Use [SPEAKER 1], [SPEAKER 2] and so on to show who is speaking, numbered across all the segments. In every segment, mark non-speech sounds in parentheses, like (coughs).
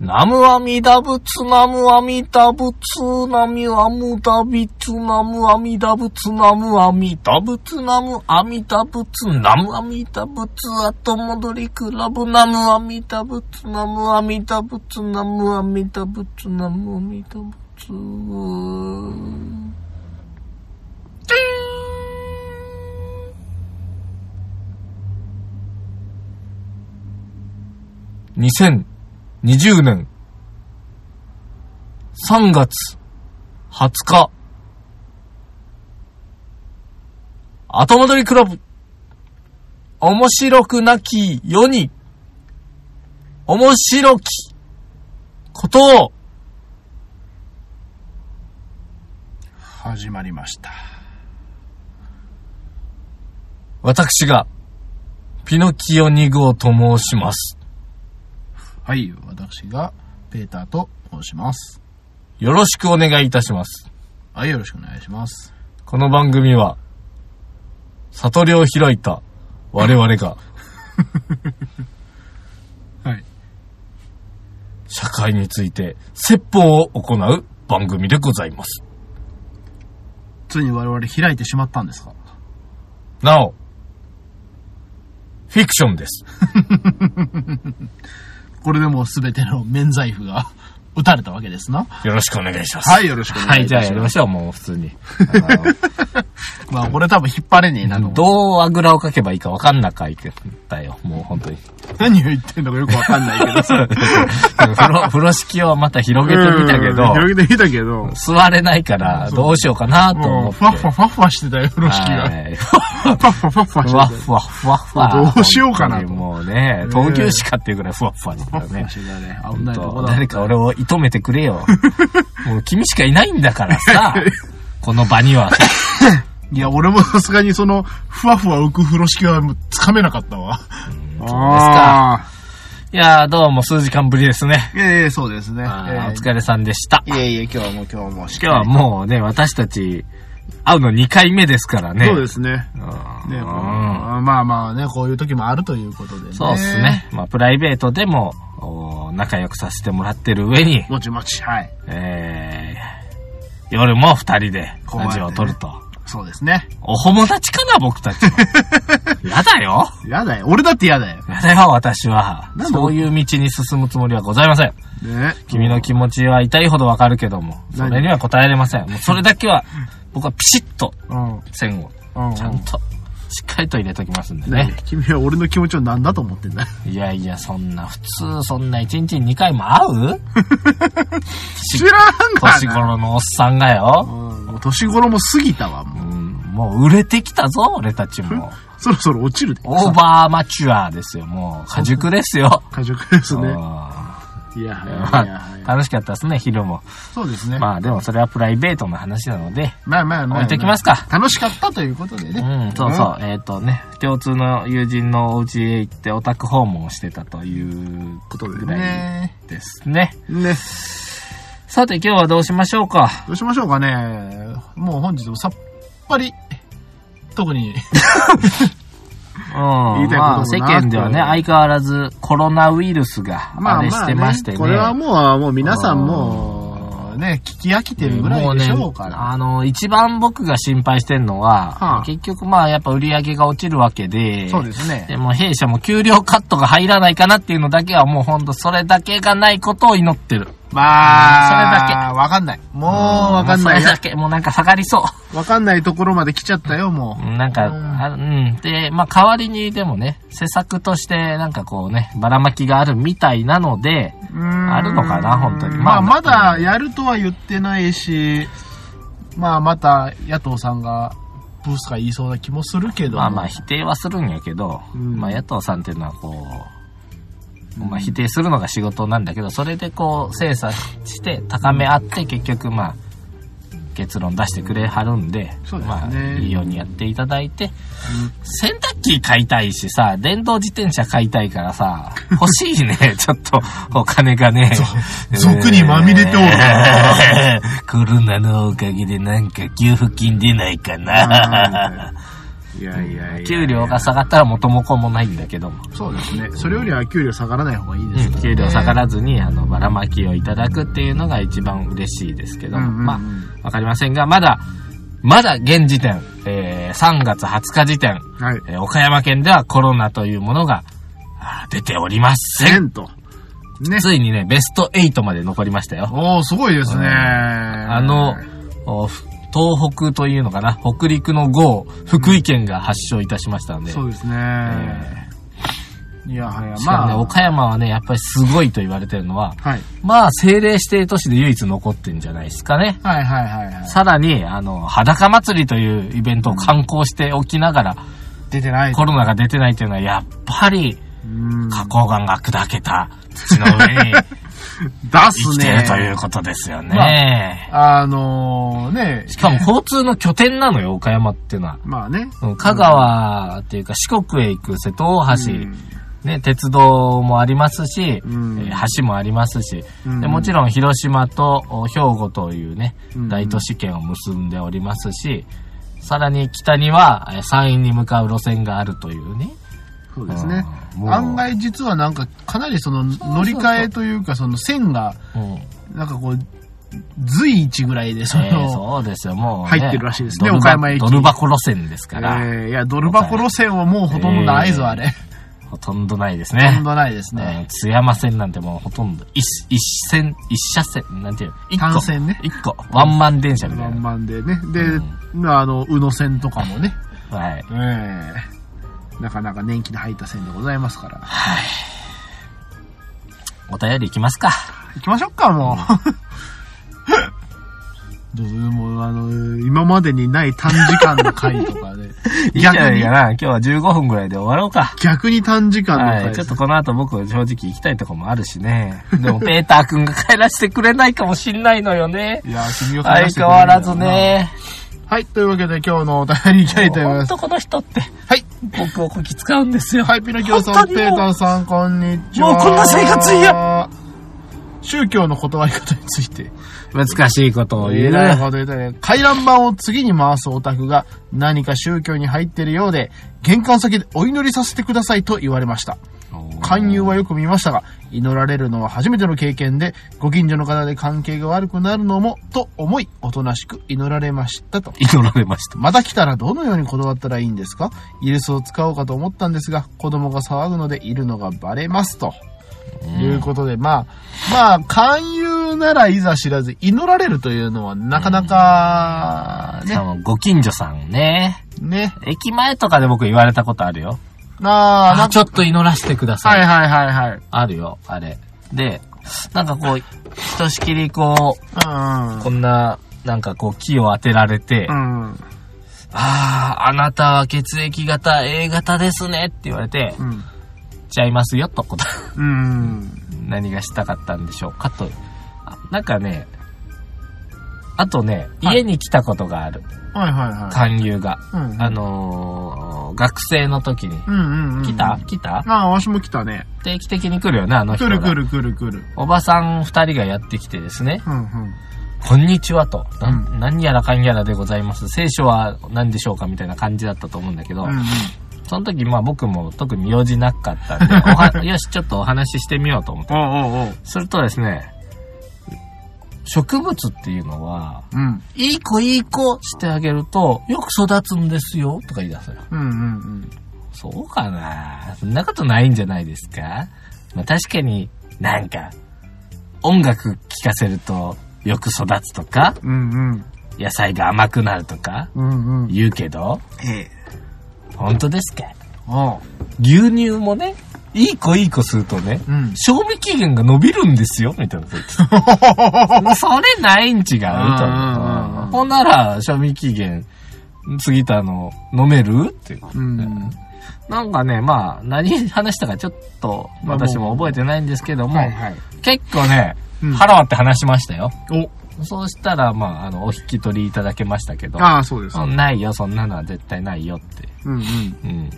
[SPEAKER 1] ナムアミダ仏、ナムアミダ仏、ナミアムダビツ、ナムアミダ仏、ナムアミダ仏、ナムアミダ仏、ナムアミダ仏、後戻りクラブ、ナムアミダ仏、ナムアミダ仏、ナムアミダ仏、ナムアミダ仏。2020年3月20日後戻りクラブ面白くなき世に面白きことを
[SPEAKER 2] 始まりました。
[SPEAKER 1] 私がピノキオ2号と申します。
[SPEAKER 2] はい、私がペーターと申します。
[SPEAKER 1] よろしくお願いいたします。
[SPEAKER 2] はい、よろしくお願いします。
[SPEAKER 1] この番組は悟りを開いた我々が
[SPEAKER 2] はい。
[SPEAKER 1] 社会について説法を行う番組でございます。
[SPEAKER 2] ついに我々開いてしまったんですか
[SPEAKER 1] なお、フィクションです。
[SPEAKER 2] これでもうすべての免罪符が (laughs) 打たれたわけですな。
[SPEAKER 1] よろしくお願いします。
[SPEAKER 2] はい、よろしくお願いいたします。
[SPEAKER 1] しょう、もう普通に。
[SPEAKER 2] まあ、これ多分引っ張れねえなと思う。
[SPEAKER 1] どうあぐらをかけばいいかわかんなかいってたよ、もう本
[SPEAKER 2] (laughs)
[SPEAKER 1] 当に。
[SPEAKER 2] 何を言ってんのかよくわかんない (laughs) けどさ。
[SPEAKER 1] 風呂、風呂敷をまた広げてみたけ
[SPEAKER 2] う
[SPEAKER 1] ど
[SPEAKER 2] ん、広げてみたけど、
[SPEAKER 1] 座れないからどうしようかなと
[SPEAKER 2] も
[SPEAKER 1] 思
[SPEAKER 2] う、
[SPEAKER 1] って。
[SPEAKER 2] ふわっふわふわふわしてたよ、風呂敷が。
[SPEAKER 1] はい
[SPEAKER 2] ふわっふわふわふわ
[SPEAKER 1] ふわ
[SPEAKER 2] して
[SPEAKER 1] ふわふわふわ。
[SPEAKER 2] どうしようかな
[SPEAKER 1] 本
[SPEAKER 2] と
[SPEAKER 1] 当にもうね、闘牛士かっていうぐらいふわふわだか
[SPEAKER 2] た
[SPEAKER 1] ら
[SPEAKER 2] よ。ふわふ
[SPEAKER 1] ね
[SPEAKER 2] わ。してたね。危ないとこだ。
[SPEAKER 1] 誰か俺を射止めてくれ
[SPEAKER 2] (laughs)
[SPEAKER 1] よ。もう君しかいないんだからさ、この場には。
[SPEAKER 2] いや、俺もさすがにその、ふわふわ浮く風呂敷はもうつかめなかったわ。ああ。
[SPEAKER 1] いやー、どうも数時間ぶりですね。
[SPEAKER 2] いえいえ、そうですね。
[SPEAKER 1] あ
[SPEAKER 2] え
[SPEAKER 1] ー
[SPEAKER 2] え
[SPEAKER 1] お疲れさんでした。
[SPEAKER 2] いえいえ、今日はもう今日もしっか
[SPEAKER 1] 今日は
[SPEAKER 2] り。
[SPEAKER 1] もうね、私たち、会うの2回目ですからね。。
[SPEAKER 2] そうですすね。ね、
[SPEAKER 1] うん
[SPEAKER 2] まあまあね、こういう時もあるということでね。
[SPEAKER 1] そうですね。。まあ、プライベートでも、お仲良くさせてもらってる上に、
[SPEAKER 2] もちもち、はい。
[SPEAKER 1] えー、夜も二人でラジオを撮ると。
[SPEAKER 2] そうですね。
[SPEAKER 1] お友達かな、僕たち
[SPEAKER 2] (laughs)
[SPEAKER 1] は。やだよ。
[SPEAKER 2] やだよ。俺だってやだよ。
[SPEAKER 1] やだよ、私は
[SPEAKER 2] な。んで
[SPEAKER 1] そういう道に進むつもりはございません。
[SPEAKER 2] ね。
[SPEAKER 1] 君の気持ちは痛いほどわかるけども、そ
[SPEAKER 2] 何
[SPEAKER 1] れには答えれません。もうそれだけは、僕はピシッと
[SPEAKER 2] うん。うん。
[SPEAKER 1] 線を、
[SPEAKER 2] うん
[SPEAKER 1] ちゃんと、しっかりと入れときますんで
[SPEAKER 2] ね
[SPEAKER 1] ね。
[SPEAKER 2] 君は俺の気持ちを何だと思ってんだ
[SPEAKER 1] いやいや、そんな、普通、そんな一日に2回も
[SPEAKER 2] (laughs)
[SPEAKER 1] 会う
[SPEAKER 2] 知らんがな
[SPEAKER 1] 年頃のおっさんがよ。
[SPEAKER 2] うんもう年頃も過ぎたわ、もう。
[SPEAKER 1] うんもう売れてきたぞ、俺たちも。
[SPEAKER 2] そろそろ落ちるで。
[SPEAKER 1] オーバーマチュアですよ、もう。過熟ですよ。
[SPEAKER 2] 過熟ですね。
[SPEAKER 1] うん
[SPEAKER 2] いや、いや
[SPEAKER 1] ま
[SPEAKER 2] いや
[SPEAKER 1] あ
[SPEAKER 2] いや、
[SPEAKER 1] 楽しかったですね、昼も。
[SPEAKER 2] そうですね。
[SPEAKER 1] まあでもそれはプライベートの話なので、
[SPEAKER 2] まあまあまあ。
[SPEAKER 1] 置いときますか。
[SPEAKER 2] 楽しかったということで
[SPEAKER 1] う
[SPEAKER 2] ね。
[SPEAKER 1] ん、そうそう、えっ、とね、共通の友人のお家へ行ってオタク訪問をしてたということぐらい
[SPEAKER 2] ね
[SPEAKER 1] ですね。
[SPEAKER 2] ね。
[SPEAKER 1] さて今日はどうしましょうか。
[SPEAKER 2] どうしましょうかね。もう本日もさっぱり、特に、
[SPEAKER 1] うん。
[SPEAKER 2] 言いた
[SPEAKER 1] ま
[SPEAKER 2] いこともな
[SPEAKER 1] あ世間ではね、
[SPEAKER 2] うん
[SPEAKER 1] 相変わらずコロナウイルスが
[SPEAKER 2] (laughs) ま
[SPEAKER 1] あ
[SPEAKER 2] あ
[SPEAKER 1] れし
[SPEAKER 2] まあ、
[SPEAKER 1] てまして
[SPEAKER 2] ね、
[SPEAKER 1] ね。
[SPEAKER 2] これはもう、もう皆さんもう、ね、聞き飽きてるぐらいでしょうから。
[SPEAKER 1] あの、一番僕が心配してるのは、
[SPEAKER 2] はあ
[SPEAKER 1] 結局まあやっぱ売り上げが落ちるわけで、
[SPEAKER 2] (laughs) そうですね。
[SPEAKER 1] でも弊社も給料カットが入らないかなっていうのだけはもうほんとそれだけがないことを祈ってる。
[SPEAKER 2] まあ、
[SPEAKER 1] うんそれだ
[SPEAKER 2] わかんない。もうわかんな
[SPEAKER 1] もう
[SPEAKER 2] い
[SPEAKER 1] それ。だけ、もうなんか下がりそ
[SPEAKER 2] (laughs) わかんないところまで来ちゃったよ、も
[SPEAKER 1] う。なんか、
[SPEAKER 2] うん
[SPEAKER 1] あうん。で、まあ代わりにでもね、施策としてなんかこうね、ばらまきがあるみたいなので、
[SPEAKER 2] う。うーん
[SPEAKER 1] あるのかな本当に
[SPEAKER 2] まあ、
[SPEAKER 1] まあ
[SPEAKER 2] まだやるとは言ってないし、まあ、また野党さんが、ブースか言いそうな気もするけど。
[SPEAKER 1] まあまあ否定はするんやけど、
[SPEAKER 2] うん
[SPEAKER 1] まあ野党さんっていうのはこう、まあ否定するのが仕事なんだけど、それでこう精査して高め合って結局まあ、結論出してくれはるんで、
[SPEAKER 2] そうですね
[SPEAKER 1] まあ、いいようにやっていただいて、洗濯機買いたいしさ、電動自転車買いたいからさ、欲しいね、 (laughs) ちょっと、お金がね。
[SPEAKER 2] 俗にまみれておる
[SPEAKER 1] (laughs) えーコロナのおかげでなんか給付金出ないかな。
[SPEAKER 2] いやいやいや。
[SPEAKER 1] 給料が下がったら元も子もないんだけども。
[SPEAKER 2] そうですね。それよりは給料下がらない方がいいで
[SPEAKER 1] う
[SPEAKER 2] す
[SPEAKER 1] ん
[SPEAKER 2] からね。
[SPEAKER 1] 給料下がらずに、あの、ばらまきをいただくっていうのが一番嬉しいですけども、
[SPEAKER 2] うんうんうん
[SPEAKER 1] まあ、わかりませんが、まだ、まだ現時点、えー3月20日時点、
[SPEAKER 2] はい。
[SPEAKER 1] えー岡山県ではコロナというものが、あー出ておりません。
[SPEAKER 2] 千と。ね。
[SPEAKER 1] ついにね、ベスト8まで残りましたよ。
[SPEAKER 2] おー、すごいですね。あ
[SPEAKER 1] あの、おふ東北というのかな、北陸の豪雨、福井県が発症いたしましたんで、
[SPEAKER 2] そうですね。
[SPEAKER 1] え
[SPEAKER 2] いやはや
[SPEAKER 1] ー、しかも
[SPEAKER 2] ま
[SPEAKER 1] ね、
[SPEAKER 2] あ、
[SPEAKER 1] 岡山はね、やっぱりすごいと言われてるのは、
[SPEAKER 2] はい。
[SPEAKER 1] まあ、政令指定都市で唯一残ってんじゃないですかね。
[SPEAKER 2] はいはいはいはい。
[SPEAKER 1] さらに、あの、裸祭りというイベントを観光しておきながら、
[SPEAKER 2] 出てない。
[SPEAKER 1] コロナが出てないというのは、やっぱり、
[SPEAKER 2] うん。
[SPEAKER 1] 花崗岩が砕けた土の上に
[SPEAKER 2] 出
[SPEAKER 1] 生
[SPEAKER 2] す
[SPEAKER 1] きてい
[SPEAKER 2] ね
[SPEAKER 1] る。ということですよね。
[SPEAKER 2] まあのー、ね。
[SPEAKER 1] しかも、交通の拠点なのよ、岡山っていうのは。
[SPEAKER 2] まあね。
[SPEAKER 1] うん香川っていうか四国へ行く瀬戸大橋、
[SPEAKER 2] うん
[SPEAKER 1] ね、鉄道もありますし、
[SPEAKER 2] うん
[SPEAKER 1] えー橋もありますし、
[SPEAKER 2] うん
[SPEAKER 1] でもちろん広島とお兵庫というね
[SPEAKER 2] うん
[SPEAKER 1] 大都市圏を結んでおりますし、さらに北にはえー山陰に向かう路線があるというね。
[SPEAKER 2] そうですね
[SPEAKER 1] うんもう。
[SPEAKER 2] 案外実はなんか、かなりその乗り換えというか、その線が、 (laughs)
[SPEAKER 1] うん
[SPEAKER 2] なんかこう、随一ぐらいで、そ
[SPEAKER 1] えー
[SPEAKER 2] の、
[SPEAKER 1] そうですよ、もう、
[SPEAKER 2] 入ってるらしいですね
[SPEAKER 1] ドルバ
[SPEAKER 2] 岡山駅
[SPEAKER 1] ドル箱路線ですから、
[SPEAKER 2] えーいや、ドル箱路線はもうほとんどないぞ、
[SPEAKER 1] えー
[SPEAKER 2] あれ。
[SPEAKER 1] ほとんどないです
[SPEAKER 2] (laughs) ほと
[SPEAKER 1] ね
[SPEAKER 2] ん。どないです
[SPEAKER 1] う
[SPEAKER 2] ね
[SPEAKER 1] ん。津山線なんてもうほとんど一、一線、一車線、なんていうの一個
[SPEAKER 2] 単線ね
[SPEAKER 1] 一個。ワンマン電車みた
[SPEAKER 2] ワ
[SPEAKER 1] い
[SPEAKER 2] ン
[SPEAKER 1] な。
[SPEAKER 2] マンでね。で、あの、宇野線とかもね。
[SPEAKER 1] はい。
[SPEAKER 2] ええなかなか年季の入った線でございますから。
[SPEAKER 1] お便り行きますか。
[SPEAKER 2] 行きましょう (laughs) か、もう。どうぞ、もう、あの、今までにない短時間の回とかで、
[SPEAKER 1] (laughs) いいんじゃ
[SPEAKER 2] 逆
[SPEAKER 1] ないか
[SPEAKER 2] に、
[SPEAKER 1] な。今日は15分ぐらいで終わろうか。
[SPEAKER 2] 逆に短時間の
[SPEAKER 1] は
[SPEAKER 2] 回
[SPEAKER 1] い。
[SPEAKER 2] で
[SPEAKER 1] ち
[SPEAKER 2] す
[SPEAKER 1] ょっとこの後僕正直行きたいとこもあるし
[SPEAKER 2] (laughs)
[SPEAKER 1] ね。でもペーターくんが帰らせてくれないかもしんないのよね。
[SPEAKER 2] いや、君を
[SPEAKER 1] 相変わらず。ね。
[SPEAKER 2] はい、というわけで今日のお便りいきたいと思い
[SPEAKER 1] ほ
[SPEAKER 2] ま
[SPEAKER 1] ん
[SPEAKER 2] す。
[SPEAKER 1] とこの人って
[SPEAKER 2] はい。
[SPEAKER 1] 僕をこき使うんですよ。
[SPEAKER 2] はい、ピノキオさ
[SPEAKER 1] 本
[SPEAKER 2] ん、
[SPEAKER 1] 当
[SPEAKER 2] ペ
[SPEAKER 1] にもう
[SPEAKER 2] ーターさん、こんにちは。
[SPEAKER 1] もうこんな生活
[SPEAKER 2] や宗教の断り方について、
[SPEAKER 1] 難しいことを
[SPEAKER 2] え
[SPEAKER 1] 言う。
[SPEAKER 2] らいほど言ったね。回覧板を次に回すオタクが何か宗教に入っているようで、玄関先でお祈りさせてくださいと言われました。勧誘はよく見ましたが、祈られるのは初めての経験で、ご近所の方で関係が悪くなるのも、と思い、おとなしく祈られましたと。
[SPEAKER 1] 祈られました。
[SPEAKER 2] また来たらどのように断ったらいいんですかイルスを使おうかと思ったんですが、子供が騒ぐのでいるのがバレますと。いうことで、まあ、まあ、勧誘ならいざ知らず、祈られるというのはなかなか、
[SPEAKER 1] しかもご近所さんね。
[SPEAKER 2] ね、ね。
[SPEAKER 1] 駅前とかで僕言われたことあるよ。
[SPEAKER 2] なあ、
[SPEAKER 1] あ
[SPEAKER 2] なん
[SPEAKER 1] ちょっと祈らせてくださ。
[SPEAKER 2] はいいはいはいはい。
[SPEAKER 1] あるよ、あれ。で、なんかこう、ひとしきりこう、こんな、なんかこう、木を当てられて、
[SPEAKER 2] う
[SPEAKER 1] あ
[SPEAKER 2] ん。うん。
[SPEAKER 1] あ、あなたは血液型 A 型ですねって言われて、
[SPEAKER 2] うん。
[SPEAKER 1] ちゃいますよと答
[SPEAKER 2] うん。
[SPEAKER 1] え、何がしたかったんでしょうかと。あなんかね、あとね、
[SPEAKER 2] はい
[SPEAKER 1] 家に来たことがある、
[SPEAKER 2] はいはいは
[SPEAKER 1] 勧誘が。
[SPEAKER 2] い。うん。
[SPEAKER 1] あのー学生の時に。
[SPEAKER 2] うんうんうん。
[SPEAKER 1] 来た来た
[SPEAKER 2] ああ、わしも来たね。
[SPEAKER 1] 定期的に来るよね、あの人
[SPEAKER 2] 来
[SPEAKER 1] が。
[SPEAKER 2] る来る来る来る。
[SPEAKER 1] おばさん二人がやってきてですね、
[SPEAKER 2] うんうん。
[SPEAKER 1] こんにちはと、な
[SPEAKER 2] うん
[SPEAKER 1] 何やらかんやらでございます。聖書は何でしょうかみたいな感じだったと思うんだけど、
[SPEAKER 2] うんうん。
[SPEAKER 1] その時まあ僕も特に用事なかったんで、おはよし、ちょっとお話ししてみようと思って。
[SPEAKER 2] おうおうおう。
[SPEAKER 1] するとですね、植物っていうのは、
[SPEAKER 2] うん。
[SPEAKER 1] いい子いい子してあげると、よく育つんですよ、とか言い出すよ。
[SPEAKER 2] うんうんうん。
[SPEAKER 1] そうかなそんなことないんじゃないですかまあ確かになんか、音楽聴かせるとよく育つとか、
[SPEAKER 2] うん
[SPEAKER 1] 野菜が甘くなるとか
[SPEAKER 2] うん。うんうん。
[SPEAKER 1] 言うけど、
[SPEAKER 2] ええ。
[SPEAKER 1] 本当ですか
[SPEAKER 2] おう。
[SPEAKER 1] 牛乳もね、いい子いい子するとね、
[SPEAKER 2] うん。
[SPEAKER 1] 賞味期限が伸びるんですよ、みたいなこと言ってたそれないん違うと
[SPEAKER 2] うんうんうんう
[SPEAKER 1] 思
[SPEAKER 2] ん
[SPEAKER 1] う。ほんなら、賞味期限過ぎたの飲めるっていう。
[SPEAKER 2] うん。
[SPEAKER 1] なんかね、まあ、何話したかちょっと
[SPEAKER 2] まあ
[SPEAKER 1] 私も覚えてないんですけども、
[SPEAKER 2] はい。
[SPEAKER 1] 結構ね、
[SPEAKER 2] うん
[SPEAKER 1] 腹割って話しましたよ。
[SPEAKER 2] お。
[SPEAKER 1] そうしたら、まあ、あの、お引き取りいただけましたけど、
[SPEAKER 2] ああ、そうです。
[SPEAKER 1] うんないよ、そんなのは絶対ないよって。
[SPEAKER 2] うんうん。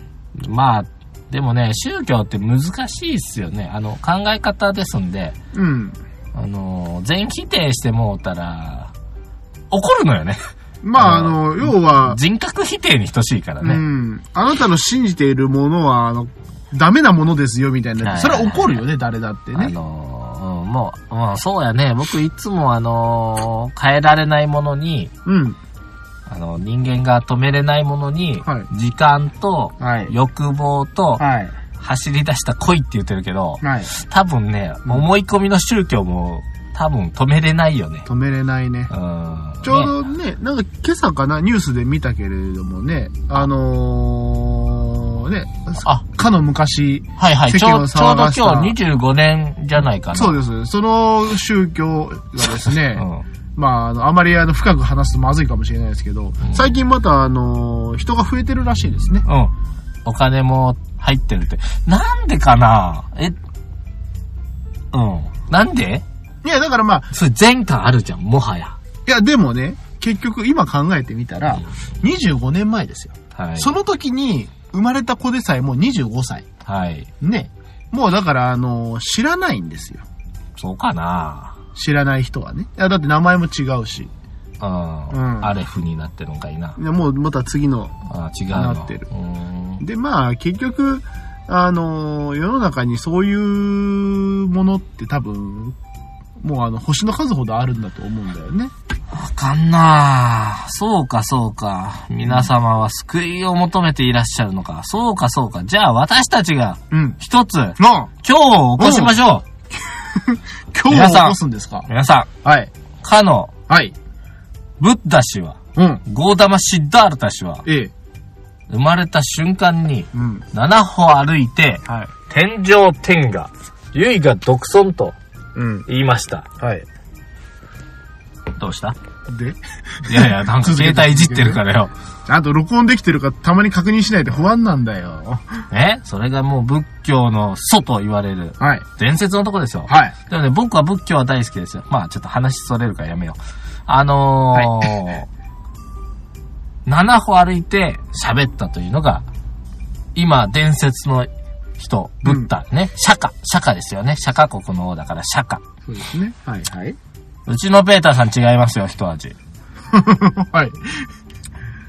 [SPEAKER 1] うん。まあ、でもね、宗教って難しいっすよね。あの、考え方ですんで、
[SPEAKER 2] うん。
[SPEAKER 1] あの、全否定してもうたら、怒るのよね。
[SPEAKER 2] まあ、あ
[SPEAKER 1] あの
[SPEAKER 2] の、要は、
[SPEAKER 1] 人格否定に等しいから
[SPEAKER 2] う
[SPEAKER 1] ね。
[SPEAKER 2] ん。あなたの信じているものは、あの、ダメなものですよ、みたいな。
[SPEAKER 1] はい
[SPEAKER 2] それは怒るよね、誰だって
[SPEAKER 1] あ
[SPEAKER 2] ね。
[SPEAKER 1] のーうん、もう、うん、そうやね。僕いつもあのー変えられないものに、
[SPEAKER 2] うん。
[SPEAKER 1] あの、人間が止めれないものに、
[SPEAKER 2] はい
[SPEAKER 1] 時間と、
[SPEAKER 2] はい。
[SPEAKER 1] 欲望と、
[SPEAKER 2] はい。
[SPEAKER 1] 走り出した恋って言ってるけど、
[SPEAKER 2] はい。
[SPEAKER 1] 多分ね、
[SPEAKER 2] うん
[SPEAKER 1] 思い込みの宗教も、多分止めれないよね。
[SPEAKER 2] 止めれないね。
[SPEAKER 1] うん。
[SPEAKER 2] ちょう
[SPEAKER 1] ね
[SPEAKER 2] どね、なんか今朝かな、ニュースで見たけれどもね、あのー、ね、
[SPEAKER 1] あ、
[SPEAKER 2] かの昔、
[SPEAKER 1] はいはい。ち
[SPEAKER 2] 世
[SPEAKER 1] ょ
[SPEAKER 2] 間
[SPEAKER 1] う
[SPEAKER 2] を
[SPEAKER 1] ちょう
[SPEAKER 2] 騒
[SPEAKER 1] ど
[SPEAKER 2] がした
[SPEAKER 1] 今日25年じゃないかな。
[SPEAKER 2] そうです。その宗教がですね、 (laughs)
[SPEAKER 1] うん。
[SPEAKER 2] まあ、あの、あまりあの、深く話すとまずいかもしれないですけど、最近また、あのー、人が増えてるらしいですね。
[SPEAKER 1] うん。お金も入ってるって。なんでかなえ、うん。なんで
[SPEAKER 2] いや、だからまあ、
[SPEAKER 1] それ前科あるじゃん、もはや。
[SPEAKER 2] いや、でもね、結局今考えてみたら、25年前ですよ。
[SPEAKER 1] はい。
[SPEAKER 2] その時に、生まれた子でさえもう25歳。
[SPEAKER 1] はい。
[SPEAKER 2] ね。もうだから、あのー、知らないんですよ。
[SPEAKER 1] そうかな
[SPEAKER 2] 知らない人はね。いや、だって名前も違うし。
[SPEAKER 1] うん。
[SPEAKER 2] うん
[SPEAKER 1] アレフになってるのかいな。
[SPEAKER 2] いやもうまた次の。
[SPEAKER 1] あ違うの。
[SPEAKER 2] なってる
[SPEAKER 1] うーん。
[SPEAKER 2] で、まあ、結局、あのー、世の中にそういうものって多分、もうあの、星の数ほどあるんだと思うんだよね。
[SPEAKER 1] わかんなそうかそうか。皆様は救いを求めていらっしゃるのか。そうかそうか。じゃあ私たちが
[SPEAKER 2] うん。
[SPEAKER 1] 一つ、
[SPEAKER 2] なあ
[SPEAKER 1] 今日を起こしましょう。
[SPEAKER 2] 今日は起こすんですか
[SPEAKER 1] 皆さ
[SPEAKER 2] はい。
[SPEAKER 1] ん、かの、
[SPEAKER 2] はい。
[SPEAKER 1] ブッダ氏は、
[SPEAKER 2] うん。
[SPEAKER 1] ゴーダマ・シッダールタ氏は、
[SPEAKER 2] ええ。
[SPEAKER 1] 生まれた瞬間に、
[SPEAKER 2] うん。
[SPEAKER 1] 7歩歩いて、
[SPEAKER 2] はい。
[SPEAKER 1] 天上天下、唯が独尊と
[SPEAKER 2] うん。
[SPEAKER 1] 言いました。
[SPEAKER 2] はい。
[SPEAKER 1] どうした
[SPEAKER 2] で、
[SPEAKER 1] いやい (laughs) や、なんか携帯いじってるからよ。
[SPEAKER 2] あと録音できてるかたまに確認しないと不安なんだよ。
[SPEAKER 1] (laughs) えそれがもう仏教の祖と言われる、
[SPEAKER 2] はい。
[SPEAKER 1] 伝説のとこですよ。
[SPEAKER 2] はい。
[SPEAKER 1] でもね、僕は仏教は大好きですよ。まあ、ちょっと話それるからやめよう。あのー、7歩歩いて喋ったというのが、今、伝説の人、ブッダね、釈迦、釈迦ですよね。釈迦国の王だから釈迦。
[SPEAKER 2] そうですね。はい。はい。
[SPEAKER 1] うちのペーターさん違いますよ、一味。
[SPEAKER 2] (laughs) はい。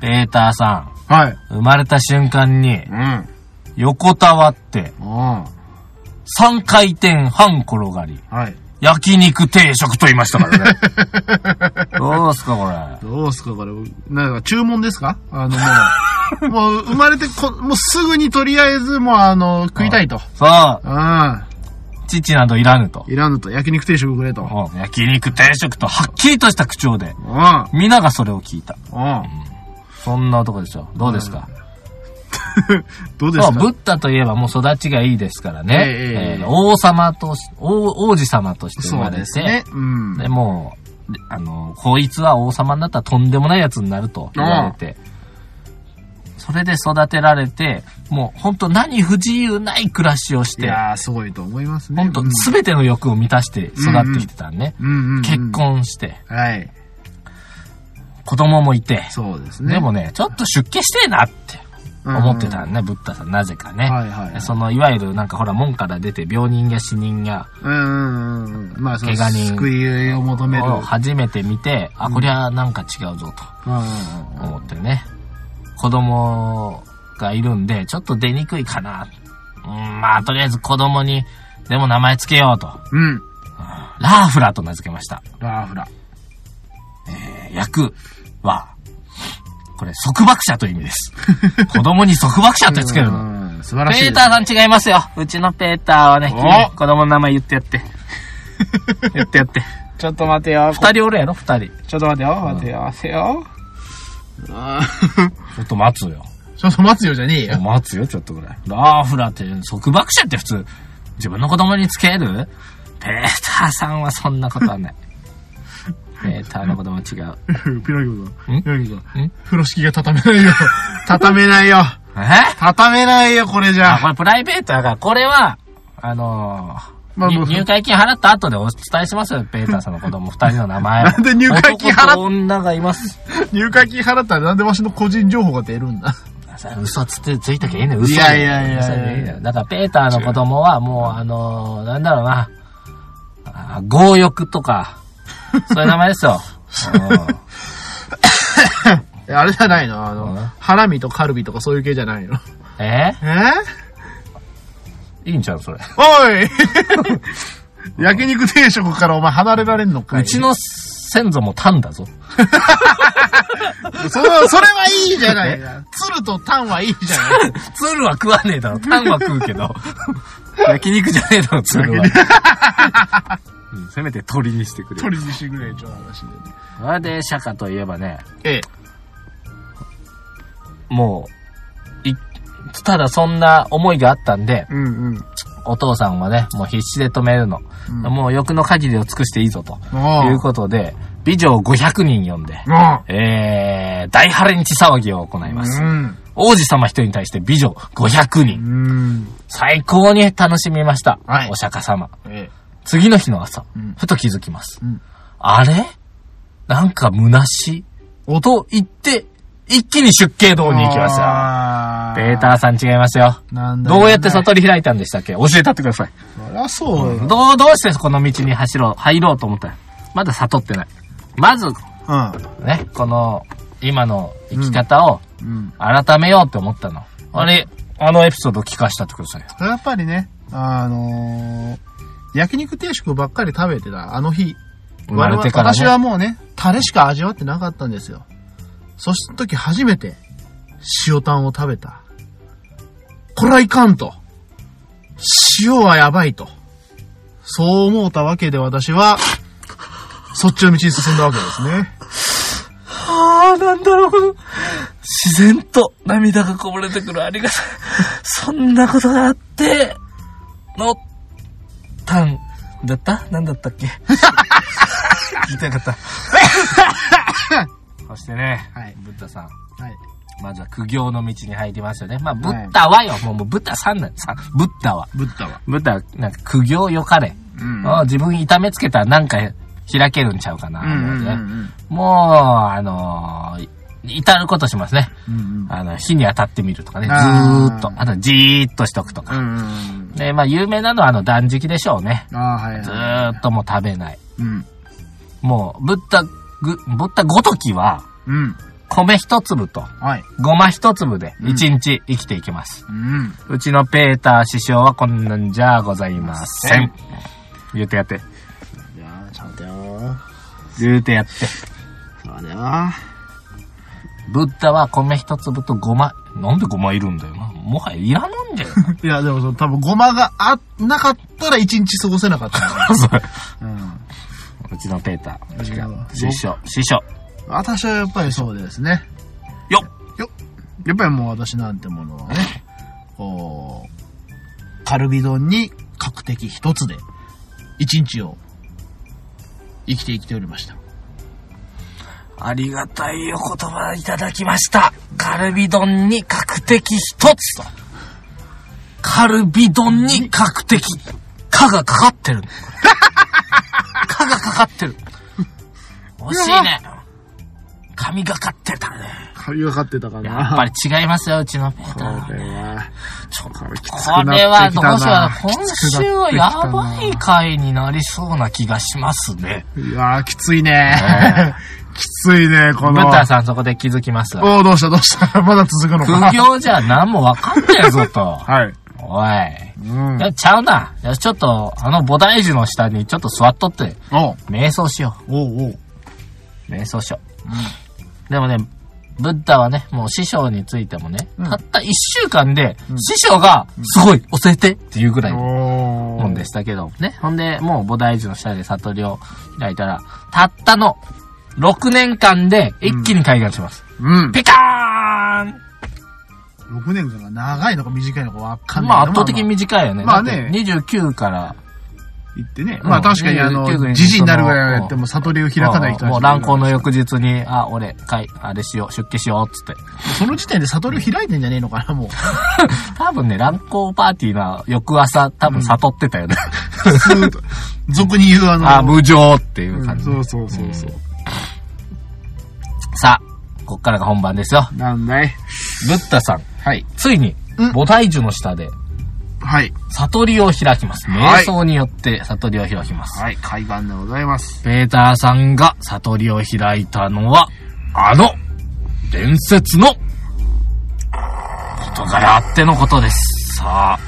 [SPEAKER 1] ペーターさ
[SPEAKER 2] はい。
[SPEAKER 1] ん、生まれた瞬間に
[SPEAKER 2] う、ん。
[SPEAKER 1] 横たわって、
[SPEAKER 2] あ
[SPEAKER 1] 3回転半転がり、
[SPEAKER 2] あ。はい。
[SPEAKER 1] 焼肉定食と言いましたからね。
[SPEAKER 2] (laughs)
[SPEAKER 1] どうすか、これ。
[SPEAKER 2] どうすかこれ、なんか注文ですかあの
[SPEAKER 1] (laughs)
[SPEAKER 2] もう、もう生まれてこ、もうすぐにとりあえずもうあの、食いたいと。
[SPEAKER 1] そう、
[SPEAKER 2] うん。
[SPEAKER 1] 父などいらぬと。
[SPEAKER 2] いらぬと、焼肉定食くれと。
[SPEAKER 1] うん焼肉定食とはっきりとした口調で、
[SPEAKER 2] うん。うん。
[SPEAKER 1] 皆がそれを聞いた。そんな男でしょ。どうですか
[SPEAKER 2] どうです
[SPEAKER 1] そう、
[SPEAKER 2] か
[SPEAKER 1] ブッダといえばもう育ちがいいですから
[SPEAKER 2] え
[SPEAKER 1] ね。
[SPEAKER 2] えええ
[SPEAKER 1] えー王様とし王、王子様として生
[SPEAKER 2] そ
[SPEAKER 1] ま
[SPEAKER 2] う
[SPEAKER 1] れ
[SPEAKER 2] です
[SPEAKER 1] て、
[SPEAKER 2] ね。うん。
[SPEAKER 1] でもう、であの、こいつは王様になったらとんでもないやつになると言われて、それで育てられて、もう本当何不自由ない暮らしをし
[SPEAKER 2] い
[SPEAKER 1] て、
[SPEAKER 2] やー、すごいと思いますね。
[SPEAKER 1] 本当
[SPEAKER 2] うん
[SPEAKER 1] 全ての欲を満たして育ってきてたんね。
[SPEAKER 2] うんうん。
[SPEAKER 1] 結。婚して、
[SPEAKER 2] はい。
[SPEAKER 1] 子供もいて、
[SPEAKER 2] そうですね。
[SPEAKER 1] でもね、ちょっと出家してえなって
[SPEAKER 2] うん、
[SPEAKER 1] 思ってたんね、ブッダさん、なぜかね。
[SPEAKER 2] はいはいはい
[SPEAKER 1] その、いわゆる、なんかほら、門から出て、病人や死人や、
[SPEAKER 2] うんうんうんうん。まあ、その、
[SPEAKER 1] 怪我人
[SPEAKER 2] 救いを求める。
[SPEAKER 1] を初めて見て、あ、こりゃなんか違うぞ、
[SPEAKER 2] うんうん
[SPEAKER 1] と思ってね。子供がいるんで、ちょっと出にくいかな。うん、まあ、とりあえず子供に、でも名前つけようと。
[SPEAKER 2] うん。うん。
[SPEAKER 1] ラーフラと名付けました。
[SPEAKER 2] ラーフラ。
[SPEAKER 1] えー役は、これ、束縛者という意味 (laughs) です。子供に束縛者ってつけるの。
[SPEAKER 2] の素晴らしい。
[SPEAKER 1] ペーターさん違いますよ。うちのペーターはね、
[SPEAKER 2] お
[SPEAKER 1] 君子供の名前言ってやって。言ってやって。
[SPEAKER 2] ちょっと待てよ。
[SPEAKER 1] 二人おるやろ、二人。
[SPEAKER 2] ちょっと待てよ。待てよ。待てよ。 (laughs)
[SPEAKER 1] ちょっと待つよ。
[SPEAKER 2] ちょっと待つよじゃねえよ。
[SPEAKER 1] 待つよ、ちょっとぐらい。ラーフラって、束縛者って普通、自分の子供につけるペーターさんはそんなことは
[SPEAKER 2] (laughs)
[SPEAKER 1] ない。ペーターの子供は違う。
[SPEAKER 2] (laughs) ピロギ君。
[SPEAKER 1] ん
[SPEAKER 2] ピロギ君
[SPEAKER 1] ん。
[SPEAKER 2] 風呂敷が畳めないよ。 (laughs) 畳めないよ。
[SPEAKER 1] え
[SPEAKER 2] 畳めないよ、これじ
[SPEAKER 1] あ、
[SPEAKER 2] ゃ
[SPEAKER 1] こ。れプライベートだから、これは、あのー、
[SPEAKER 2] まあ
[SPEAKER 1] に
[SPEAKER 2] もう
[SPEAKER 1] 入会金払った後でお伝えしますよ、ペーターさんの子供二人の名前を。
[SPEAKER 2] なんで入会金払っ
[SPEAKER 1] 男と女がいます。
[SPEAKER 2] 入会金払ったらなんでわしの個人情報が出るんだ。
[SPEAKER 1] さ嘘つってついときゃいいね、嘘
[SPEAKER 2] いやいやいやいや
[SPEAKER 1] 嘘でいいのよだから、ペーターの子供はもう、あのーなんだろうな、あー強欲とか、そういう名前ですよ。
[SPEAKER 2] あれじゃないのあの
[SPEAKER 1] うん、
[SPEAKER 2] ハラミとカルビとかそういう系じゃないの。
[SPEAKER 1] え
[SPEAKER 2] え
[SPEAKER 1] いいんちゃうそれ。
[SPEAKER 2] お (laughs) い焼肉定食からお前離れられんのかい。
[SPEAKER 1] うちの先祖もタンだぞ。
[SPEAKER 2] それは、それはいいじゃない。鶴とタンはいいじゃない。 (laughs)
[SPEAKER 1] 鶴は食わねえだろ。タンは食うけど。焼肉じゃねえだろ、鶴
[SPEAKER 3] う
[SPEAKER 1] は。
[SPEAKER 3] んせめて鳥にしてくれ。
[SPEAKER 2] 鳥にしてくれ、ちょ、話でね。
[SPEAKER 1] それで、釈迦といえばね、
[SPEAKER 2] ええ。
[SPEAKER 1] もう、い、ただそんな思いがあったんで、
[SPEAKER 2] うんうん。
[SPEAKER 1] お父さんはね、もう必死で止めるの。
[SPEAKER 2] うん
[SPEAKER 1] もう欲の限りを尽くしていいぞと。
[SPEAKER 2] ああ
[SPEAKER 1] いうことで、美女を500人呼んで、
[SPEAKER 2] ああ
[SPEAKER 1] えー、大ハレンチ騒ぎを行います。
[SPEAKER 2] うん。
[SPEAKER 1] 王子様一人に対して美女500人。
[SPEAKER 2] うん。
[SPEAKER 1] 最高に楽しみました。
[SPEAKER 2] はい
[SPEAKER 1] お釈迦様。
[SPEAKER 2] ええ。
[SPEAKER 1] 次の日の朝、
[SPEAKER 2] うん
[SPEAKER 1] ふと気づきます。
[SPEAKER 2] うん
[SPEAKER 1] あれなんか虚しい。と言って、一気に出家堂に行きますよ。
[SPEAKER 2] あ
[SPEAKER 1] ペーターさん違いますよ。
[SPEAKER 2] なんだ
[SPEAKER 1] どうやって
[SPEAKER 2] 外
[SPEAKER 1] 悟り開いたんでしたっけ教えたってください。
[SPEAKER 2] そりゃそうよ。
[SPEAKER 1] どう、どうしてこの道に走ろう、入ろうと思ったのまだ悟ってない。まず、ね、この、今の生き方を
[SPEAKER 2] うん。うん。
[SPEAKER 1] 改めようって思ったの。あれ、あのエピソード聞かしたってくださいよ。
[SPEAKER 2] やっぱりね、あのー焼肉定食ばっかり食べてた、あの日。
[SPEAKER 1] 生まれてからね
[SPEAKER 2] 我々私はもうね、タレしか味わってなかったんですよ。そした時初めて、塩タンを食べた。これはいかんと。塩はやばいと。そう思うたわけで私は、そっちの道に進んだわけですね。
[SPEAKER 1] ああ、なんだろう、この、自然と涙がこぼれてくるありがたい。そんなことがあって、の、たん、だったなんだったっけ聞いたかった。そしてね、
[SPEAKER 2] はい
[SPEAKER 1] ブッダさん。
[SPEAKER 2] はい。
[SPEAKER 1] まずは苦行の道に入りますよね。まあ、ブッダはよ、もうもうブッダさんなんです。さブッダは。
[SPEAKER 2] ブッダは。
[SPEAKER 1] ブッダはなんか苦行よかれ。
[SPEAKER 2] うん
[SPEAKER 1] あ自分痛めつけたらなんか開けるんちゃうかな。
[SPEAKER 2] うんうん
[SPEAKER 1] もう、あのーい至ることしますね。
[SPEAKER 2] うんうん。
[SPEAKER 1] あの、火に当たってみるとかね。ず
[SPEAKER 2] あー
[SPEAKER 1] ーっと。あと、じーっとしとくと
[SPEAKER 2] う
[SPEAKER 1] か。
[SPEAKER 2] んうん
[SPEAKER 1] で、まあ、有名なのはあの、断食でしょうね。
[SPEAKER 2] うん。ああ、はいはい。
[SPEAKER 1] ずーっともう食べない。
[SPEAKER 2] うん。
[SPEAKER 1] もう、ブッダ、ぐ、ブッダごときは、
[SPEAKER 2] うん。
[SPEAKER 1] 米一粒と、
[SPEAKER 2] はい。
[SPEAKER 1] ごま一粒で、一日生きていきます。
[SPEAKER 2] うん。
[SPEAKER 1] うちのペーター師匠はこんなんじゃございません。言うてやって。
[SPEAKER 2] いやーちゃんとよ
[SPEAKER 1] 言うてやって。
[SPEAKER 2] そうだよ
[SPEAKER 1] ブッダは米一粒とごま。なんでごまいるんだよな。もはやいらなんだよな。
[SPEAKER 2] (laughs) いや、でもその多分ごまがあ、なかったら一日過ごせなかったんだよ。
[SPEAKER 1] それ
[SPEAKER 2] うん。
[SPEAKER 1] うちのペーター。
[SPEAKER 2] 違う
[SPEAKER 1] 師匠、師匠。
[SPEAKER 2] 私はやっぱりそうですね。
[SPEAKER 1] よ
[SPEAKER 2] よやっぱりもう私なんてものはね、こう、カルビ丼に角的一つで、一日を生きて生きておりました。
[SPEAKER 1] ありがたいお言葉いただきました。カルビ丼に角的一つと。カルビ丼に角的。かがかかってる。かがかかってる。惜しいね。神がかってたね。
[SPEAKER 2] 髪がかってたか
[SPEAKER 1] やっぱり違いますよ、うちのペーターは。ちょっとこれはどうしよう。今週はやばい回になりそうな気がしますね。
[SPEAKER 2] いやー、きついね。 (laughs) きついね、こ
[SPEAKER 1] ブ
[SPEAKER 2] の。
[SPEAKER 1] ッダさんそこで気づきます。
[SPEAKER 2] おお、どうしたどうした (laughs) まだ続くの
[SPEAKER 1] 苦
[SPEAKER 2] か。。
[SPEAKER 1] 行じゃ何もわかんねえぞと
[SPEAKER 2] はい。
[SPEAKER 1] おい。
[SPEAKER 2] うん
[SPEAKER 1] い。や、ちゃうな。よし、ちょっと、あの菩提樹の下にちょっと座っとって、
[SPEAKER 2] おう
[SPEAKER 1] 瞑想しよ
[SPEAKER 2] おうおう
[SPEAKER 1] う。瞑想しよう。でもね、ブッダはね、もう師匠についてもね、
[SPEAKER 2] うん
[SPEAKER 1] たった一週間で、師匠が、すごい、教えてっていうぐらい、
[SPEAKER 2] おー
[SPEAKER 1] もんでしたけど、ね。ほんで、もう菩提樹の下で悟りを開いたら、たったの6年間で一気に開眼します。
[SPEAKER 2] うん。
[SPEAKER 1] ピカーン
[SPEAKER 2] 6年間が長いのか短いのかわかんない。
[SPEAKER 1] まあ圧倒的に短いよね。
[SPEAKER 2] ま
[SPEAKER 1] ま
[SPEAKER 2] あ
[SPEAKER 1] あ
[SPEAKER 2] ね
[SPEAKER 1] ね。29から、
[SPEAKER 2] 言ってね。
[SPEAKER 1] うん
[SPEAKER 2] まあ確かにあの
[SPEAKER 1] 29ぐらい、に
[SPEAKER 2] じじになるぐらいやっても悟りを開かない人たち
[SPEAKER 1] もう乱行の翌日に、あ、俺、かい、あれしよう、出家しよう、つって。
[SPEAKER 2] その時点で悟りを開いてんじゃねえのかな、もう。
[SPEAKER 1] 多分ね、乱行パーティーの翌朝、多分悟って
[SPEAKER 2] (laughs)
[SPEAKER 1] たよね。
[SPEAKER 2] ずーっと俗に (laughs) 言うあの、
[SPEAKER 1] あ、無情っていううん感じ。
[SPEAKER 2] そうそうそうそう。
[SPEAKER 1] さあ、こっからが本番ですよ。
[SPEAKER 2] なんだい
[SPEAKER 1] ブッダさん、
[SPEAKER 2] はい。
[SPEAKER 1] ついに
[SPEAKER 2] うん、
[SPEAKER 1] 菩提樹の下で、
[SPEAKER 2] はい。
[SPEAKER 1] 悟りを開きます。
[SPEAKER 2] はい
[SPEAKER 1] 瞑想によって悟りを開きます。
[SPEAKER 2] はい、海岸でございます。
[SPEAKER 1] ペーターさんが悟りを開いたのは、あの、伝説の事柄あってのことです。さあ。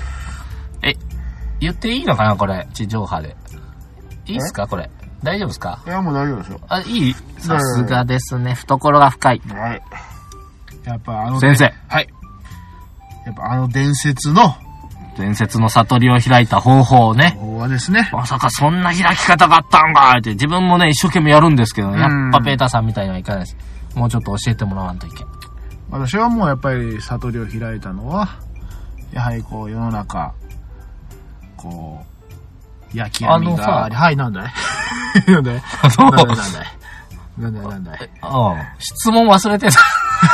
[SPEAKER 1] え、言っていいのかなこれ、地上波で。いいっすかこれ。大丈夫っすか
[SPEAKER 2] いや、もう大丈夫ですよ。
[SPEAKER 1] あ、いいさすがですね。懐が深い。
[SPEAKER 2] はい。やっぱあの、
[SPEAKER 1] 先生、
[SPEAKER 2] はい。やっぱあの伝説の
[SPEAKER 1] 伝説の悟りを開いた方法をね。
[SPEAKER 2] 法はですね、
[SPEAKER 1] まさかそんな開き方があったんかって自分もね、一生懸命やるんですけどね。やっぱペーターさんみたいにはいかないです。もうちょっと教えてもらわんといけん。
[SPEAKER 2] 私はもうやっぱり悟りを開いたのは、やはりこう世の中、こう、焼き網があり、はい、なんだいなんだい
[SPEAKER 1] の
[SPEAKER 2] (laughs) なんだいなんだいなんだいなんだい
[SPEAKER 1] うん。質問忘れてた。
[SPEAKER 2] 返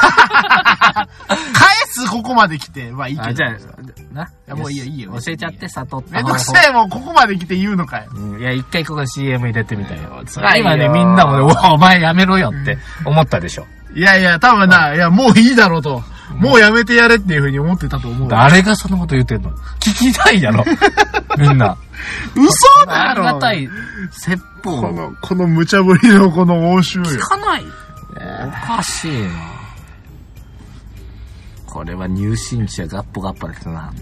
[SPEAKER 2] すここまで来て、まあいいけど。
[SPEAKER 1] あ、じゃあ、な。い
[SPEAKER 2] やもういいよいいよ
[SPEAKER 1] 教えちゃって、悟った。
[SPEAKER 2] めんどくせえ、もうここまで来て言うのかよ。
[SPEAKER 1] うんいや、一回ここで CM 入れてみたよ。
[SPEAKER 2] 辛いよ
[SPEAKER 1] 今ね、みんなもね、おお前やめろよって思ったでしょ。
[SPEAKER 2] いやいや、多分な、いや、もういいだろうと。もうやめてやれっていうふうに思ってたと思う。
[SPEAKER 1] 誰がそんなこと言ってんの聞きたいや
[SPEAKER 2] (laughs)
[SPEAKER 1] ろ。みんな。
[SPEAKER 2] 嘘
[SPEAKER 1] あ
[SPEAKER 2] だ
[SPEAKER 1] り
[SPEAKER 2] ろ
[SPEAKER 1] がたい説法。
[SPEAKER 2] この、この無茶ぶりのこの応酬よ
[SPEAKER 1] 聞。かない。おかしいな。これは入信者ガッポガッポだけどな。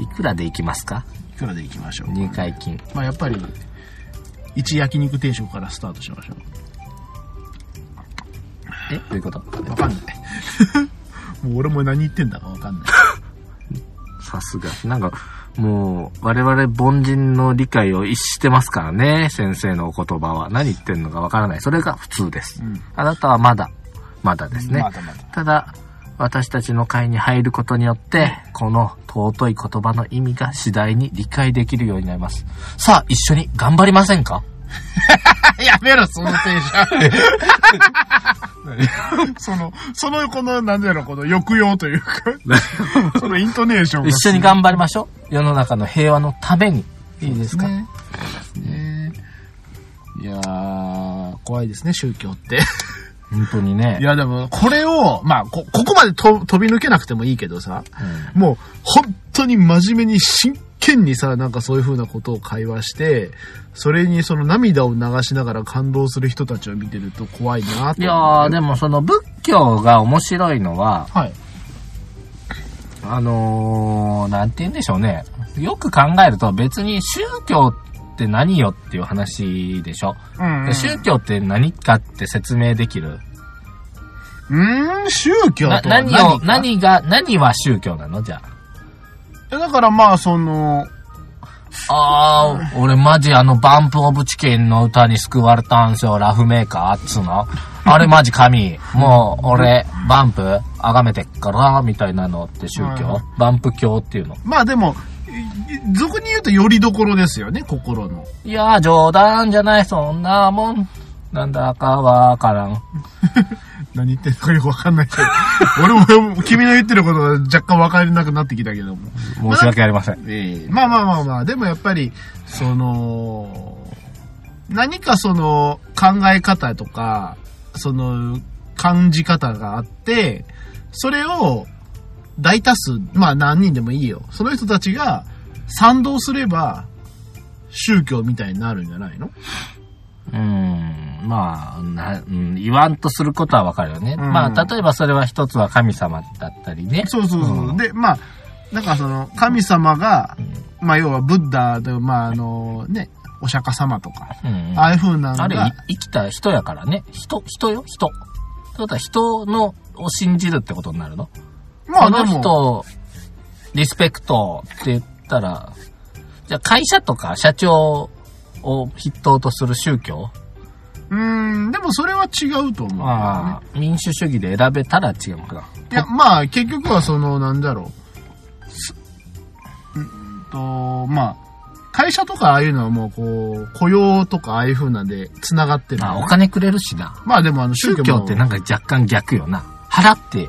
[SPEAKER 1] いくらでいきますか
[SPEAKER 2] いくらでいきましょう。
[SPEAKER 1] 入会金。
[SPEAKER 2] まあやっぱり、一焼肉定食からスタートしましょ
[SPEAKER 1] えどういうこと
[SPEAKER 2] う。わかんない。 (laughs) もう俺も何言ってんだかわかんない。
[SPEAKER 1] さすが。なんか、もう、我々凡人の理解を一視してますからね、先生のお言葉は。何言ってんのかわからない。それが普通です。
[SPEAKER 2] ん
[SPEAKER 1] あなたはまだ、まだですね。
[SPEAKER 2] まだまだ。
[SPEAKER 1] ただ、私たちの会に入ることによって、この尊い言葉の意味が次第に理解できるようになります。さあ、一緒に頑張りませんか
[SPEAKER 2] (laughs) やめろ、そのテンション。 (laughs) その、その、この、なんだろう、この抑揚というか、そのイントネーションが。
[SPEAKER 1] 一緒に頑張りましょう。世の中の平和のために。いいですか、
[SPEAKER 2] ね。ねいやー、怖いですね、宗教って。
[SPEAKER 1] 本当にね
[SPEAKER 2] い。や、でも、これを、まあ、こ、ここまでと飛び抜けなくてもいいけどさ、もう、本当に真面目に真剣にさ、なんかそういう風なことを会話して、それにその涙を流しながら感動する人たちを見てると怖いなって。
[SPEAKER 1] いやー、でもその仏教が面白いのは、
[SPEAKER 2] はい。
[SPEAKER 1] あのー、なんて言うんでしょうね。よく考えると別に宗教って何よっていう話でしょ。
[SPEAKER 2] うん
[SPEAKER 1] で宗教って何かって説明できる。
[SPEAKER 2] うーん、宗教
[SPEAKER 1] な
[SPEAKER 2] とは
[SPEAKER 1] 何を、
[SPEAKER 2] か
[SPEAKER 1] 何が、何は宗教なのじゃ
[SPEAKER 2] えだからまあ、その、
[SPEAKER 1] あ。あー、俺マジあのバンプオブチキンの歌に救われたんすよ、ラフメーカーっつうの。あれマジ (laughs) 神。もう俺、バンプ、あがめてっから、みたいなのって宗教。バンプ教っていうの。
[SPEAKER 2] まあでも、いい俗に言うとよりどころですよね、心の。
[SPEAKER 1] いやー、冗談じゃない、そんなもん。なんだかわからん。
[SPEAKER 2] 何言ってんのかよくわかんな
[SPEAKER 1] (laughs)
[SPEAKER 2] いけど。俺も、君の言ってることが若干わかりなくなってきたけども。
[SPEAKER 1] 申し訳ありません。
[SPEAKER 2] ええまあまあまあまあ、でもやっぱり、その、何かその考え方とか、その感じ方があって、それを大多数、まあ何人でもいいよ。その人たちが賛同すれば、宗教みたいになるんじゃないの
[SPEAKER 1] うーん、まあ、な、うん、言わんとすることはわかるよね。
[SPEAKER 2] ん
[SPEAKER 1] まあ、例えばそれは一つは神様だったりね。
[SPEAKER 2] そうそうそう。で、まあ、なんかその、神様が、まあ要はブッダで、まああの、ね、お釈迦様とか、
[SPEAKER 1] うんうん、
[SPEAKER 2] ああいう風な
[SPEAKER 1] あ
[SPEAKER 2] の
[SPEAKER 1] れ
[SPEAKER 2] が、、
[SPEAKER 1] い生きた人やからね。人、人よ、人。ってことは人の、を信じるってことになるの
[SPEAKER 2] ま
[SPEAKER 1] こ
[SPEAKER 2] あで
[SPEAKER 1] の
[SPEAKER 2] も、
[SPEAKER 1] 人を、リスペクトって言ったら、じゃあ会社とか社長を筆頭とする宗教
[SPEAKER 2] うーん、でもそれは違うと思うけどね、
[SPEAKER 1] ああ、民主主義で選べたら違うのかな。
[SPEAKER 2] いや、まあ、結局はその、なんだろう。うんと、まあ、会社とかああいうのはもう、こう、雇用とかああいう風なんで、繋がってる、
[SPEAKER 1] まあ、お金くれるしな。
[SPEAKER 2] まあでも、あの、
[SPEAKER 1] 宗
[SPEAKER 2] 宗
[SPEAKER 1] 教
[SPEAKER 2] 教も
[SPEAKER 1] ってなんか若干逆よな。払って、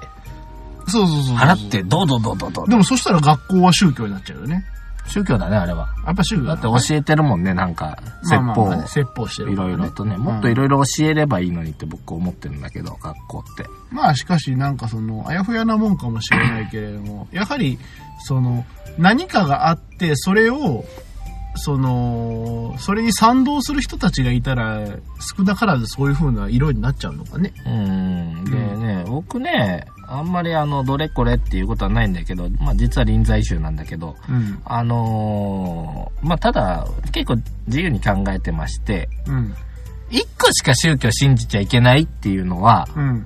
[SPEAKER 2] そうそうそう。
[SPEAKER 1] 払って、どうどうどうどうどう
[SPEAKER 2] でも、そしたら学校は宗教になっちゃうよね。
[SPEAKER 1] 宗教だね、あれは。
[SPEAKER 2] やっぱ宗教
[SPEAKER 1] だって教えてるもんね、なんか、説
[SPEAKER 2] まあまあ
[SPEAKER 1] 法を
[SPEAKER 2] まあね説法してる
[SPEAKER 1] い
[SPEAKER 2] から
[SPEAKER 1] ろ
[SPEAKER 2] ね
[SPEAKER 1] いろとね、もっといろいろ教えればいいのにって僕思ってるんだけど、学校って。
[SPEAKER 2] まあしかしなんかそのあやふやなもんかもしれないけれどもやはりその何かがあってそれをそのそれに賛同する人たちがいたら少なからずそういう風な色になっちゃうのかね
[SPEAKER 1] うーん。でね、僕ね、あんまりあの、どれこれっていうことはないんだけど、まあ実は臨済宗なんだけど、
[SPEAKER 2] うん。
[SPEAKER 1] あのーまあただ、結構自由に考えてまして、
[SPEAKER 2] うん。
[SPEAKER 1] 一個しか宗教信じちゃいけないっていうのは、
[SPEAKER 2] うん。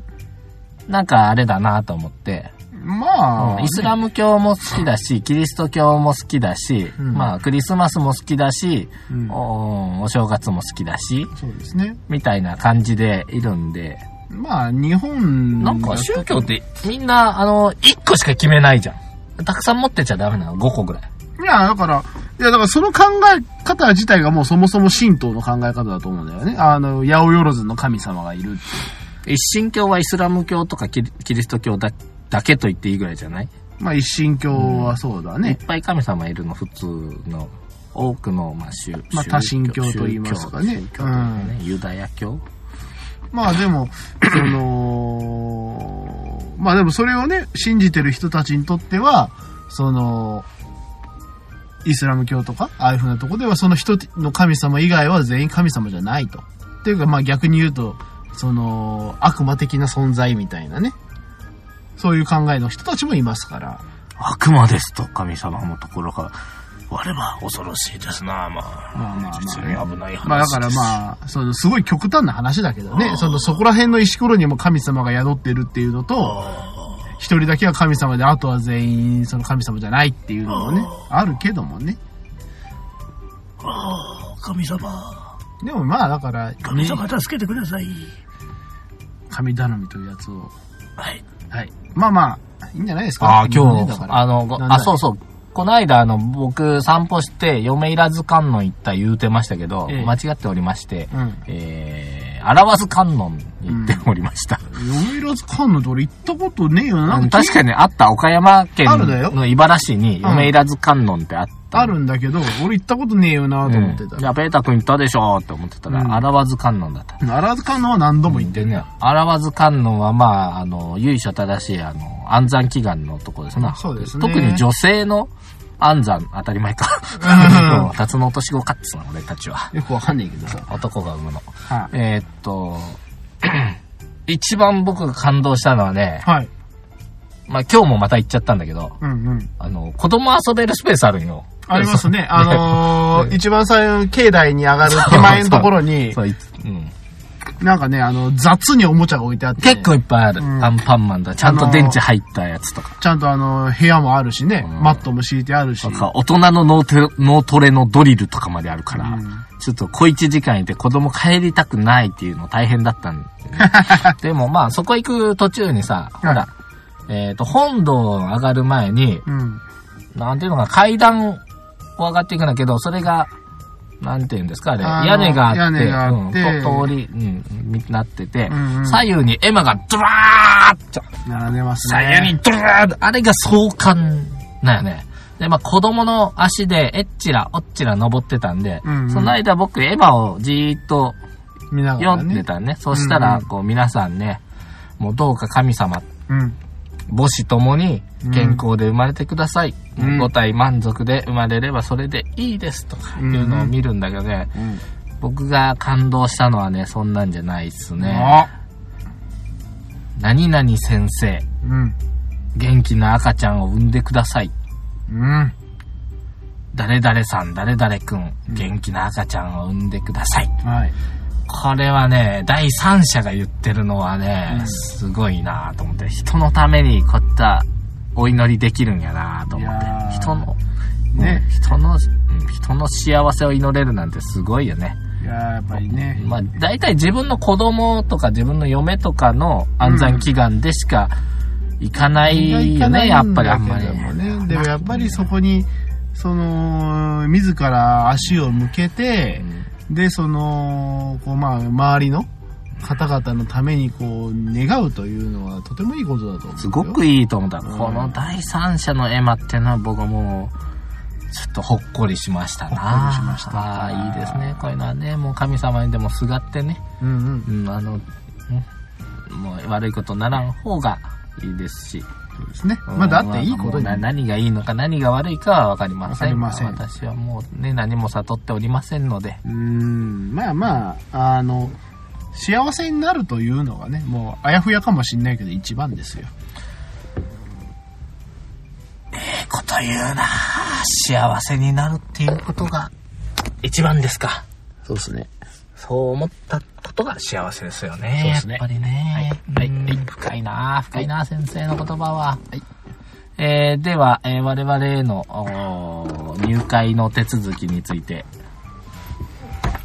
[SPEAKER 1] なんかあれだなと思って、
[SPEAKER 2] まあ、
[SPEAKER 1] うんイスラム教も好きだし、キリスト教も好きだし、
[SPEAKER 2] うん
[SPEAKER 1] まあクリスマスも好きだし、
[SPEAKER 2] うん
[SPEAKER 1] おお正月も好きだし、
[SPEAKER 2] そうですね。
[SPEAKER 1] みたいな感じでいるんで、
[SPEAKER 2] まあ、日本
[SPEAKER 1] なん
[SPEAKER 2] だ
[SPEAKER 1] か
[SPEAKER 2] と
[SPEAKER 1] 宗教ってみんな、あの、1個しか決めないじゃん。たくさん持ってちゃダメなの、5個ぐらい。
[SPEAKER 2] いや、だから、いや、だからその考え方自体がもうそもそも神道の考え方だと思うんだよね。あの、八百万の神様がいるって。
[SPEAKER 1] 一神教はイスラム教とかキリキリスト教だだけと言っていいぐらいじゃない
[SPEAKER 2] まあ、一神教はそうだ
[SPEAKER 1] いっ
[SPEAKER 2] ね。
[SPEAKER 1] ぱい神様いるの、普通の。多くの、まあ、宗
[SPEAKER 2] まあ
[SPEAKER 1] 宗
[SPEAKER 2] 多神教と言いますかね
[SPEAKER 1] 宗教宗教とかねユダヤ教
[SPEAKER 2] まあ、でも、その、まあでもそれをね、信じてる人たちにとっては、その、イスラム教とか、ああいうふうなとこでは、その人の神様以外は全員神様じゃないと。っていうか、まあ逆に言うと、その、悪魔的な存在みたいなね。そういう考えの人たちもいますから。
[SPEAKER 1] 悪魔ですと、神様もところが、我は恐ろしいですな、まあ。
[SPEAKER 2] まあまあまあ
[SPEAKER 1] 実に危ない話
[SPEAKER 2] まあだから
[SPEAKER 1] あ。
[SPEAKER 2] まあ、そのすごい極端な話だけど
[SPEAKER 1] あ
[SPEAKER 2] ね
[SPEAKER 1] ー、
[SPEAKER 2] そのそこら辺の石ころにも神様が宿ってるっていうのと、一人だけは神様で、あとは全員その神様じゃないっていうのもね、あるけどもね。
[SPEAKER 1] 神様、
[SPEAKER 2] でもまあだから、
[SPEAKER 1] 神様助けてください。
[SPEAKER 2] 神頼みというやつを。
[SPEAKER 1] はい。
[SPEAKER 2] はい。まあまあ、いいんじゃないですか。
[SPEAKER 1] ああ、今
[SPEAKER 2] ね
[SPEAKER 1] 日
[SPEAKER 2] だか、ら
[SPEAKER 1] あの、ご
[SPEAKER 2] なんだ
[SPEAKER 1] あ、そうそう。この間、あの、僕、散歩して、嫁いらず観音行った言うてましたけど、
[SPEAKER 2] ええ
[SPEAKER 1] 間違っておりまして、
[SPEAKER 2] うん
[SPEAKER 1] えー、表す観音に行っておりました。
[SPEAKER 2] 嫁いらず観音って俺行ったことねえよな。なんか
[SPEAKER 1] 確かにあった、岡山県
[SPEAKER 2] あるだよ
[SPEAKER 1] の茨城に、
[SPEAKER 2] ん
[SPEAKER 1] 嫁いらず観音ってあった。
[SPEAKER 2] あるんだけど、俺行ったことねえよなと思ってた。
[SPEAKER 1] じゃあ、ペータ君行ったでしょって思ってたら、
[SPEAKER 2] うん
[SPEAKER 1] あらわず観音だった。
[SPEAKER 2] あらず観音は何度も行って
[SPEAKER 1] で
[SPEAKER 2] る
[SPEAKER 1] ね、あらわず観音は、まあ、あの、由緒正しい、あの、安産祈願のとこですな。
[SPEAKER 2] そうですね
[SPEAKER 1] 特に女性の安産、当たり前か。 (laughs) うん辰の年子かっつうの、俺たちは。
[SPEAKER 2] よくわかんねえけどさ。
[SPEAKER 1] 男が産むの。
[SPEAKER 2] はい。
[SPEAKER 1] えーっと、 (clears throat) 一番僕が感動したのはね、
[SPEAKER 2] はい。
[SPEAKER 1] まあ今日もまた行っちゃったんだけど、
[SPEAKER 2] うんうん。
[SPEAKER 1] あの、子供遊べるスペースあるんよ。
[SPEAKER 2] ありますね。あの
[SPEAKER 1] (laughs) ね
[SPEAKER 2] ー、一番最後、境内に上がる手前のところ
[SPEAKER 1] (laughs)
[SPEAKER 2] に、
[SPEAKER 1] そう、いうん
[SPEAKER 2] なんかね、あの、雑におもちゃが置いてあって、
[SPEAKER 1] 結構いっぱいある。
[SPEAKER 2] うん
[SPEAKER 1] アンパンマンだ。ちゃんと電池入ったやつとか。
[SPEAKER 2] ちゃんとあの、部屋もあるしね、
[SPEAKER 1] うん
[SPEAKER 2] マットも敷いてあるし
[SPEAKER 1] と、か大人の脳トレ脳トレのドリルとかまであるから、
[SPEAKER 2] うん
[SPEAKER 1] ちょっと小一時間いて子供帰りたくないっていうの大変だったんで、ね、
[SPEAKER 2] (laughs)
[SPEAKER 1] でもまあそこ行く途中にさ、ほら、えっ、と、本堂上がる前に、
[SPEAKER 2] うん。
[SPEAKER 1] なんていうのか、階段を上がっていくんだけど、それが、なんていうんですか、あれ、
[SPEAKER 2] あの
[SPEAKER 1] 屋根があって、
[SPEAKER 2] 屋根があって
[SPEAKER 1] うんと通り、うん、になってて、
[SPEAKER 2] うんうん
[SPEAKER 1] 左右に絵馬がドラーッと、
[SPEAKER 2] 並んでますね。
[SPEAKER 1] 左右にドラーッと、あれが壮観なんよね。で、まあ子供の足で、えっちら、おっちら登ってたんで、
[SPEAKER 2] うんうん
[SPEAKER 1] その間僕、絵馬をじーっと
[SPEAKER 2] 見ながら
[SPEAKER 1] 読ん
[SPEAKER 2] ね。
[SPEAKER 1] でたね。そしたら、こう、皆さんね、もうどうか神様
[SPEAKER 2] うん。
[SPEAKER 1] 母子ともに健康で生まれてください、
[SPEAKER 2] うん
[SPEAKER 1] 五体満足で生まれればそれでいいですとかいうのを見るんだけどね、
[SPEAKER 2] うん。
[SPEAKER 1] 僕が感動したのはねそんなんじゃないっすね
[SPEAKER 2] あ
[SPEAKER 1] 何々先生
[SPEAKER 2] うん。
[SPEAKER 1] 元気な赤ちゃんを産んでください
[SPEAKER 2] うん。
[SPEAKER 1] 誰々さん誰々くん元気な赤ちゃんを産んでください
[SPEAKER 2] はい。
[SPEAKER 1] これはね第三者が言ってるのはね、
[SPEAKER 2] うん
[SPEAKER 1] すごいなと思って人のためにこういったお祈りできるんやなと思っ
[SPEAKER 2] いやー
[SPEAKER 1] て人の
[SPEAKER 2] ね
[SPEAKER 1] ね、人の、うん人の幸せを祈れるなんてすごいよね。
[SPEAKER 2] いやーやっぱりね。
[SPEAKER 1] まあ、大体自分の子供とか自分の嫁とかの安産祈願でしか行かないよね、やっぱりあんまり。
[SPEAKER 2] ね。でもやっぱりそこに、その、自ら足を向けて
[SPEAKER 1] う、ん
[SPEAKER 2] でそのこうまあ周りの方々のためにこう願うというのはとてもいいことだと思うよ
[SPEAKER 1] すごくいいと思った。
[SPEAKER 2] ん
[SPEAKER 1] この第三者の絵馬っていうのは僕はもう、ちょっとほっこりしましたな。
[SPEAKER 2] ほっこりしました
[SPEAKER 1] ああ、いいですね。こういうのはね、もう神様にでもすがってね、
[SPEAKER 2] うんうん
[SPEAKER 1] うん、あの、うんもう悪いことならん方がいいですし。
[SPEAKER 2] そうですねまあだっていいことに
[SPEAKER 1] まあ何がいいのか何が悪いかは分かりませんが
[SPEAKER 2] 分かりません
[SPEAKER 1] 私はもうね何も悟っておりませんので
[SPEAKER 2] うーんまあまああの幸せになるというのがね、もうあやふやかもしんないけど一番ですよ。
[SPEAKER 1] ええこと言うな幸せになるっていうことが、一番ですか。
[SPEAKER 2] そうですね。
[SPEAKER 1] そう思ったことが幸せですよね。
[SPEAKER 2] そうですね
[SPEAKER 1] やっぱりね。
[SPEAKER 2] はい
[SPEAKER 1] うん
[SPEAKER 2] はい
[SPEAKER 1] 深いな深いな、先生の言葉は。えーでは、えー我々へのおー入会の手続きについて、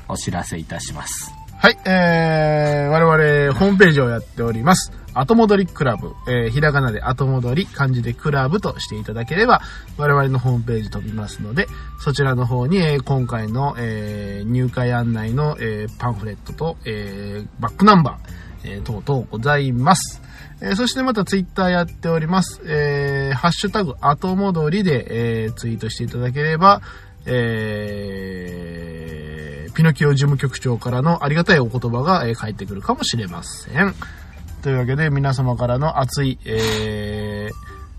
[SPEAKER 1] お知らせいたします。
[SPEAKER 2] はい、えー、我々ホームページをやっております。後戻りクラブ、えー、ひらがなで後戻り、漢字でクラブとしていただければ、我々のホームページ飛びますので、そちらの方に、えー今回の、えー入会案内の、えーパンフレットと、えーバックナンバー、えー等々ございます。えーそしてまたツイッターやっております。えーハッシュタグ後戻りで、えーツイートしていただければ、えーピノキオ事務局長からのありがたいお言葉が、えー返ってくるかもしれません。というわけで皆様からの熱い、え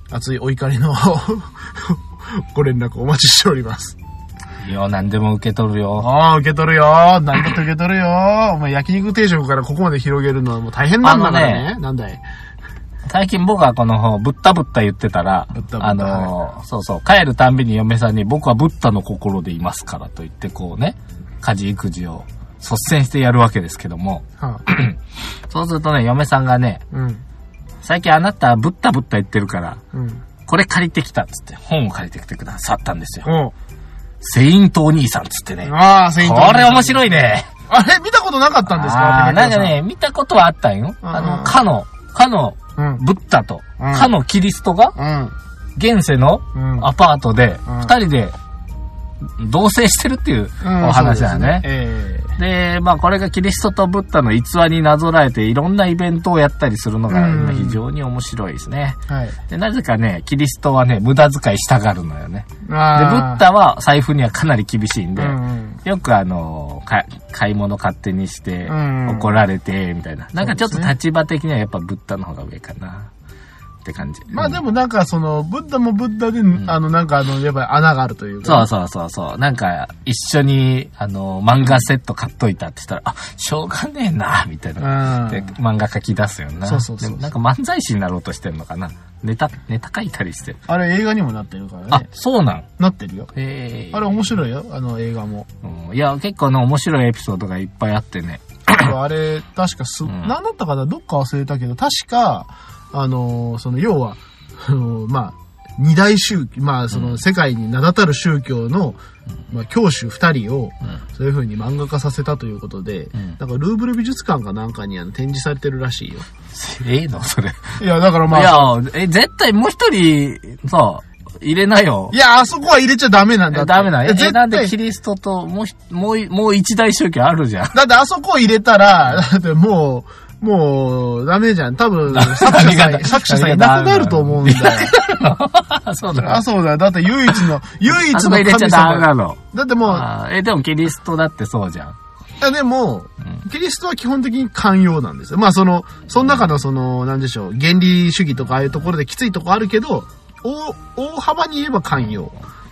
[SPEAKER 2] ー熱いお怒りの (laughs) ご連絡お待ちしております。
[SPEAKER 1] いや、何でも受け取るよ。
[SPEAKER 2] ああ、受け取るよ。何だって受け取るよ。お前焼肉定食からここまで広げるのはもう大変なんだから
[SPEAKER 1] あ
[SPEAKER 2] ね。なんだい。
[SPEAKER 1] 最近僕はこの、ぶったぶった言ってたら、
[SPEAKER 2] ぶったぶった
[SPEAKER 1] あの、そうそう、帰るたんびに嫁さんに僕はブッダの心でいますからと言って、こうね、家事育児を率先してやるわけですけども、
[SPEAKER 2] はあ、
[SPEAKER 1] そうするとね、嫁さんがね、
[SPEAKER 2] うん。
[SPEAKER 1] 最近あなたぶったぶった言ってるから、
[SPEAKER 2] うん。
[SPEAKER 1] これ借りてきたっつって、本を借りてきてくださったんですよ。
[SPEAKER 2] おう
[SPEAKER 1] セイントお兄さんっつってね。
[SPEAKER 2] ああ、セイント。
[SPEAKER 1] これ面白いね。
[SPEAKER 2] あれ見たことなかったんですか
[SPEAKER 1] あーなんか。ね、見たことはあったんよ。
[SPEAKER 2] うん
[SPEAKER 1] あの、かの、かの
[SPEAKER 2] ピノキオさん
[SPEAKER 1] ブッダと、
[SPEAKER 2] うん
[SPEAKER 1] かのキリストが、現世の
[SPEAKER 2] うん。うん。
[SPEAKER 1] アパートで、
[SPEAKER 2] うん
[SPEAKER 1] 二人で同棲してるっていう
[SPEAKER 2] うん
[SPEAKER 1] お話だよね。
[SPEAKER 2] そうですねええ
[SPEAKER 1] で、まあこれがキリストとブッダの逸話になぞらえていろんなイベントをやったりするのが
[SPEAKER 2] うん
[SPEAKER 1] 今非常に面白いですね。
[SPEAKER 2] はい。
[SPEAKER 1] で、なぜかね、キリストはね、無駄遣いしたがるのよね。で、
[SPEAKER 2] で、ブ
[SPEAKER 1] ブッダは財布にはかなり厳しいんで、
[SPEAKER 2] うん
[SPEAKER 1] よくあの、か買い物勝手にして
[SPEAKER 2] うん
[SPEAKER 1] 怒られて、みたいな。なんかちょっと
[SPEAKER 2] そうですね
[SPEAKER 1] 立場的にはやっぱブッダの方が上かな、って感じ。
[SPEAKER 2] まあでもなんかその、ブッダもブッダで、
[SPEAKER 1] ん
[SPEAKER 2] あのなんかあの、やっぱり穴があるという
[SPEAKER 1] そう
[SPEAKER 2] か。
[SPEAKER 1] そうそうそう。なんか、一緒に、あの、漫画セット買っといたって言ったら、あ、しょうがねえな、みたいな。
[SPEAKER 2] ん
[SPEAKER 1] で、漫画書き出すよな。
[SPEAKER 2] そうそうそう
[SPEAKER 1] でもなんか漫才師になろうとしてんのかな。ネタ、ネタ書いたりしてる。
[SPEAKER 2] あれ映画にもなってるから
[SPEAKER 1] あ
[SPEAKER 2] ね、。
[SPEAKER 1] そうなん。
[SPEAKER 2] なってるよ。
[SPEAKER 1] へえ。
[SPEAKER 2] あれ面白いよ、あの映
[SPEAKER 1] (coughs)
[SPEAKER 2] 画も。
[SPEAKER 1] うんいや、結構ね、面白いエピソードがいっぱいあってね。
[SPEAKER 2] あれ、確かす、
[SPEAKER 1] ん
[SPEAKER 2] 何だったかな、どっか忘れたけど、確か、あのー、その、要は、あのーまあ、二大宗教、まあ、その、世界に名だたる宗教の、まあ、教主二人を、そういう風に漫画化させたということで、
[SPEAKER 1] ん
[SPEAKER 2] なんか、ルーブル美術館かなんかにあの展示されてるらしいよ。
[SPEAKER 1] ええのそれ。
[SPEAKER 2] いや、だからまあ、
[SPEAKER 1] いや、え、絶対もう一人、さ、入れなよ
[SPEAKER 2] い。や、あそこは入れちゃダメなんだ
[SPEAKER 1] え
[SPEAKER 2] って。
[SPEAKER 1] ダメだ。え、
[SPEAKER 2] 絶
[SPEAKER 1] なん
[SPEAKER 2] 対。
[SPEAKER 1] でキリストと、もうひ、もうい、もう一大宗教あるじゃん。
[SPEAKER 2] だってあそこ入れたら、だってもう、もう、ダメじゃん。
[SPEAKER 1] (laughs)
[SPEAKER 2] 多分、作者さ
[SPEAKER 1] 何
[SPEAKER 2] ん、
[SPEAKER 1] が
[SPEAKER 2] 作者さんいなくなると思うんだよ。
[SPEAKER 1] そうだ。
[SPEAKER 2] あ、そうだよ。だって唯一
[SPEAKER 1] (laughs)
[SPEAKER 2] の、唯一
[SPEAKER 1] あそ
[SPEAKER 2] の
[SPEAKER 1] こ入れちゃ
[SPEAKER 2] 神
[SPEAKER 1] ダメな
[SPEAKER 2] 様。
[SPEAKER 1] の。
[SPEAKER 2] だってもう、あ
[SPEAKER 1] あーえ、でもキリストだってそうじゃん。
[SPEAKER 2] でも、キリストは基本的に寛容なんですよ。まあその、その中のその、なんでしょう、原理主義とかああいうところできついとこあるけど、大、大幅に言えば寛容。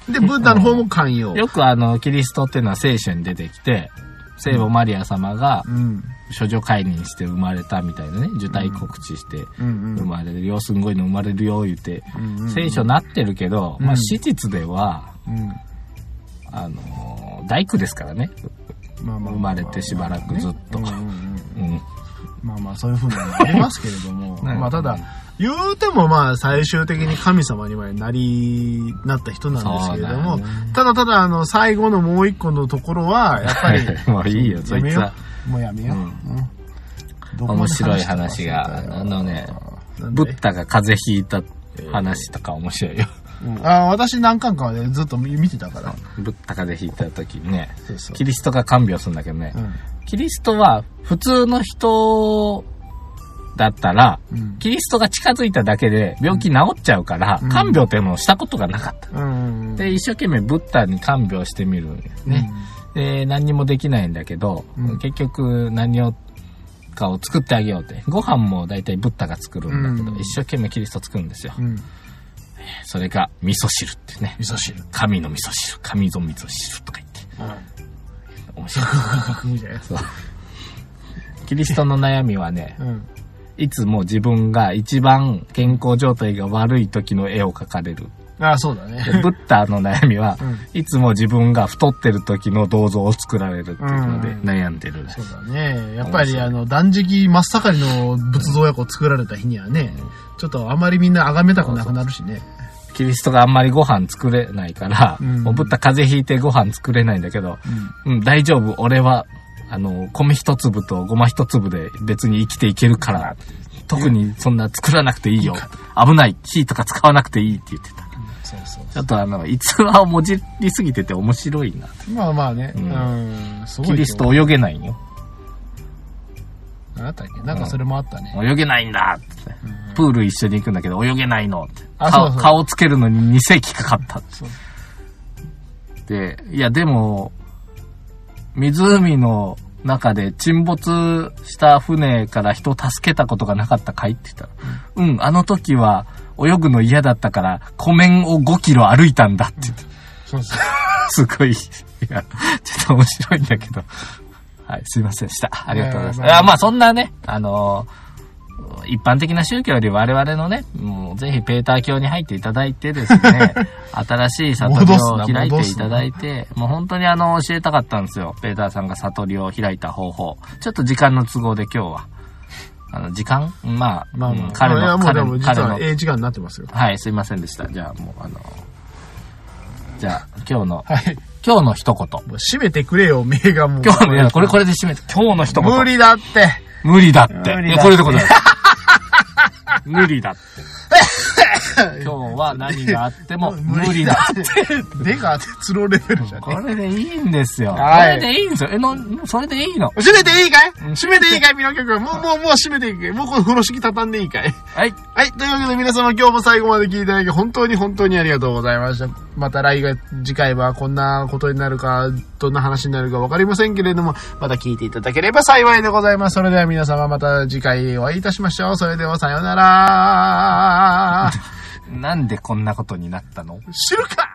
[SPEAKER 2] で、ブッダの方も寛容。
[SPEAKER 1] よくあの、キリストっていうのは聖書に出てきて、聖母マリア様が
[SPEAKER 2] うん。
[SPEAKER 1] 処女解任して生まれたみたいなね、受胎告知して
[SPEAKER 2] うんうん
[SPEAKER 1] 生。まれるよ、すんごいの生まれるよ、言って、
[SPEAKER 2] うんうん
[SPEAKER 1] 聖書なってるけど、
[SPEAKER 2] うん
[SPEAKER 1] まあ史実では、
[SPEAKER 2] うん。
[SPEAKER 1] あのー、大工ですからね。
[SPEAKER 2] まあまあ
[SPEAKER 1] 生まれてしばらくずっと
[SPEAKER 2] まあまあねうんうんうん
[SPEAKER 1] うん。
[SPEAKER 2] まあまあそういうふうなのもありますけれども、
[SPEAKER 1] (laughs) ね
[SPEAKER 2] まあただ、言うてもまあ最終的に神様にまでなり、なった人なんですけれど
[SPEAKER 1] そ
[SPEAKER 2] も、
[SPEAKER 1] うだよ
[SPEAKER 2] ただただあの最後のもう一個のところは、やっぱり、
[SPEAKER 1] もう (laughs) いいよ、そ
[SPEAKER 2] や
[SPEAKER 1] い
[SPEAKER 2] め
[SPEAKER 1] つは
[SPEAKER 2] よ。う。もうやめよう。
[SPEAKER 1] うん
[SPEAKER 2] うんどこま
[SPEAKER 1] 面
[SPEAKER 2] で
[SPEAKER 1] 白い
[SPEAKER 2] したか
[SPEAKER 1] 話
[SPEAKER 2] 忘れた
[SPEAKER 1] が、
[SPEAKER 2] よ
[SPEAKER 1] あのね、
[SPEAKER 2] なん
[SPEAKER 1] ブ
[SPEAKER 2] で
[SPEAKER 1] ッダが風邪ひいた話とか面白いよ。
[SPEAKER 2] うんあ私何巻かはね、ずっと見てたから。
[SPEAKER 1] ブッダ風邪ひいた時にね、
[SPEAKER 2] そうそう
[SPEAKER 1] キリストが看病するんだけどね、
[SPEAKER 2] う
[SPEAKER 1] キリストは普通の人だったら、
[SPEAKER 2] んうん
[SPEAKER 1] キリストが近づいただけで病気治っちゃうから、
[SPEAKER 2] うん
[SPEAKER 1] 看病っていうのをしたことがなかった。
[SPEAKER 2] うんうん
[SPEAKER 1] で、一生懸命ブッダに看病してみるんですね。で、何にもできないんだけど、
[SPEAKER 2] うん
[SPEAKER 1] 結局何をかを作ってあげようって。ご飯も大体ブッダが作るんだけど、
[SPEAKER 2] うん
[SPEAKER 1] 一生懸命キリスト作るんですよ
[SPEAKER 2] う。んうん
[SPEAKER 1] それが味噌汁ってね。
[SPEAKER 2] 味噌汁。
[SPEAKER 1] 神の味噌汁、神ぞ
[SPEAKER 2] (laughs)
[SPEAKER 1] 味噌汁とか言って。面白い。
[SPEAKER 2] 学みたいな。
[SPEAKER 1] そう。キリストの悩みはね、
[SPEAKER 2] うん。
[SPEAKER 1] いつも自分が一番健康状態が悪い時の絵を描かれ
[SPEAKER 2] (laughs)
[SPEAKER 1] る。
[SPEAKER 2] ああ、そうだね
[SPEAKER 1] で。ブッダの悩みは、
[SPEAKER 2] うん
[SPEAKER 1] いつも自分が太ってる時の銅像を作られるっていうので
[SPEAKER 2] うん
[SPEAKER 1] 悩んでるらしい
[SPEAKER 2] そうだね。やっぱり、あの、断食真っ盛りの仏像やこ作られた日にはね、ちょっとあまりみんな崇めたくなくなるしね。
[SPEAKER 1] キリストがあんまりご飯作れないから、
[SPEAKER 2] うん
[SPEAKER 1] もうブッダ風邪ひいてご飯作れないんだけど、うん、大丈夫、俺は、あの、米一粒とごま一粒で別に生きていけるから、特にそんな作らなくていいよ。危ない、火とか使わなくていいって言ってた。
[SPEAKER 2] そうそう。
[SPEAKER 1] ちょっとあの、逸話をもじりすぎてて面白いな。
[SPEAKER 2] まあまあね。う
[SPEAKER 1] うん
[SPEAKER 2] ん。すごい
[SPEAKER 1] キ
[SPEAKER 2] よ。
[SPEAKER 1] リスト泳げないんよ。
[SPEAKER 2] あったっけなんかそれもあったね。
[SPEAKER 1] 泳げないんだって。プール一緒に行くんだけど泳げないのって。
[SPEAKER 2] あそう
[SPEAKER 1] 顔
[SPEAKER 2] そう
[SPEAKER 1] 顔つけるのに2世紀かかったって
[SPEAKER 2] そう。
[SPEAKER 1] で、いやでも、湖の中で沈没した船から人を助けたことがなかったかいって言ったら、うん、あの時は泳ぐの嫌だったから湖面を5キロ歩いたんだって言った。
[SPEAKER 2] そうそう。
[SPEAKER 1] すごい、いや、ちょっと面白いんだけど。はい、すいませんでした。ありがとうござい
[SPEAKER 2] い
[SPEAKER 1] ます。
[SPEAKER 2] やいやまあ
[SPEAKER 1] あまあ、そんなね、あのー一般的な宗教より我々のね、もうぜひペーター教に入っていただいてです
[SPEAKER 2] (laughs)
[SPEAKER 1] ね、新しい悟りを開いていただいて、もう本当にあの、教えたかったんですよ。ペーターさんが悟りを開いた方法。ちょっと時間の都合で今日は。あの、時間まあ、
[SPEAKER 2] まあま
[SPEAKER 1] う
[SPEAKER 2] あ。
[SPEAKER 1] ん彼
[SPEAKER 2] いや
[SPEAKER 1] の、
[SPEAKER 2] もう
[SPEAKER 1] 彼
[SPEAKER 2] で
[SPEAKER 1] の
[SPEAKER 2] も、実
[SPEAKER 1] 彼
[SPEAKER 2] は
[SPEAKER 1] の
[SPEAKER 2] ええ時間になってますよ。
[SPEAKER 1] はい、すいませんでした。じゃあもうあのじゃあ今日の、
[SPEAKER 2] はい。
[SPEAKER 1] 今日の一言。
[SPEAKER 2] もう閉めてくれよ、名がもう。
[SPEAKER 1] 今日の、いや、これこれで締めて、今日の一言。
[SPEAKER 2] 無。理だって。
[SPEAKER 1] 無理だって。
[SPEAKER 2] 無理だって
[SPEAKER 1] いや、これでこれ (laughs) だ。無理だって。 (laughs) 今日は何があっても、無理だ。
[SPEAKER 2] って。でが、つろレベルじゃね
[SPEAKER 1] これでいいんですよ。こ
[SPEAKER 2] はい
[SPEAKER 1] れでいいんですよ。え、の、それでいいの。
[SPEAKER 2] 閉めていいかい閉めていいかいミノ曲。もう、もう、もう閉めていいかいもうこの風呂敷畳んでいいかい
[SPEAKER 1] はい。
[SPEAKER 2] はい。というわけで皆様今日も最後まで聞いていただき本当に本当にありがとうございました。また来月、次回はこんなことになるか、どんな話になるかわかりませんけれども、また聞いていただければ幸いでございます。それでは皆様また次回お会いいたしましょう。それではさようなら。
[SPEAKER 1] なんでこんなことになったの
[SPEAKER 2] 知るか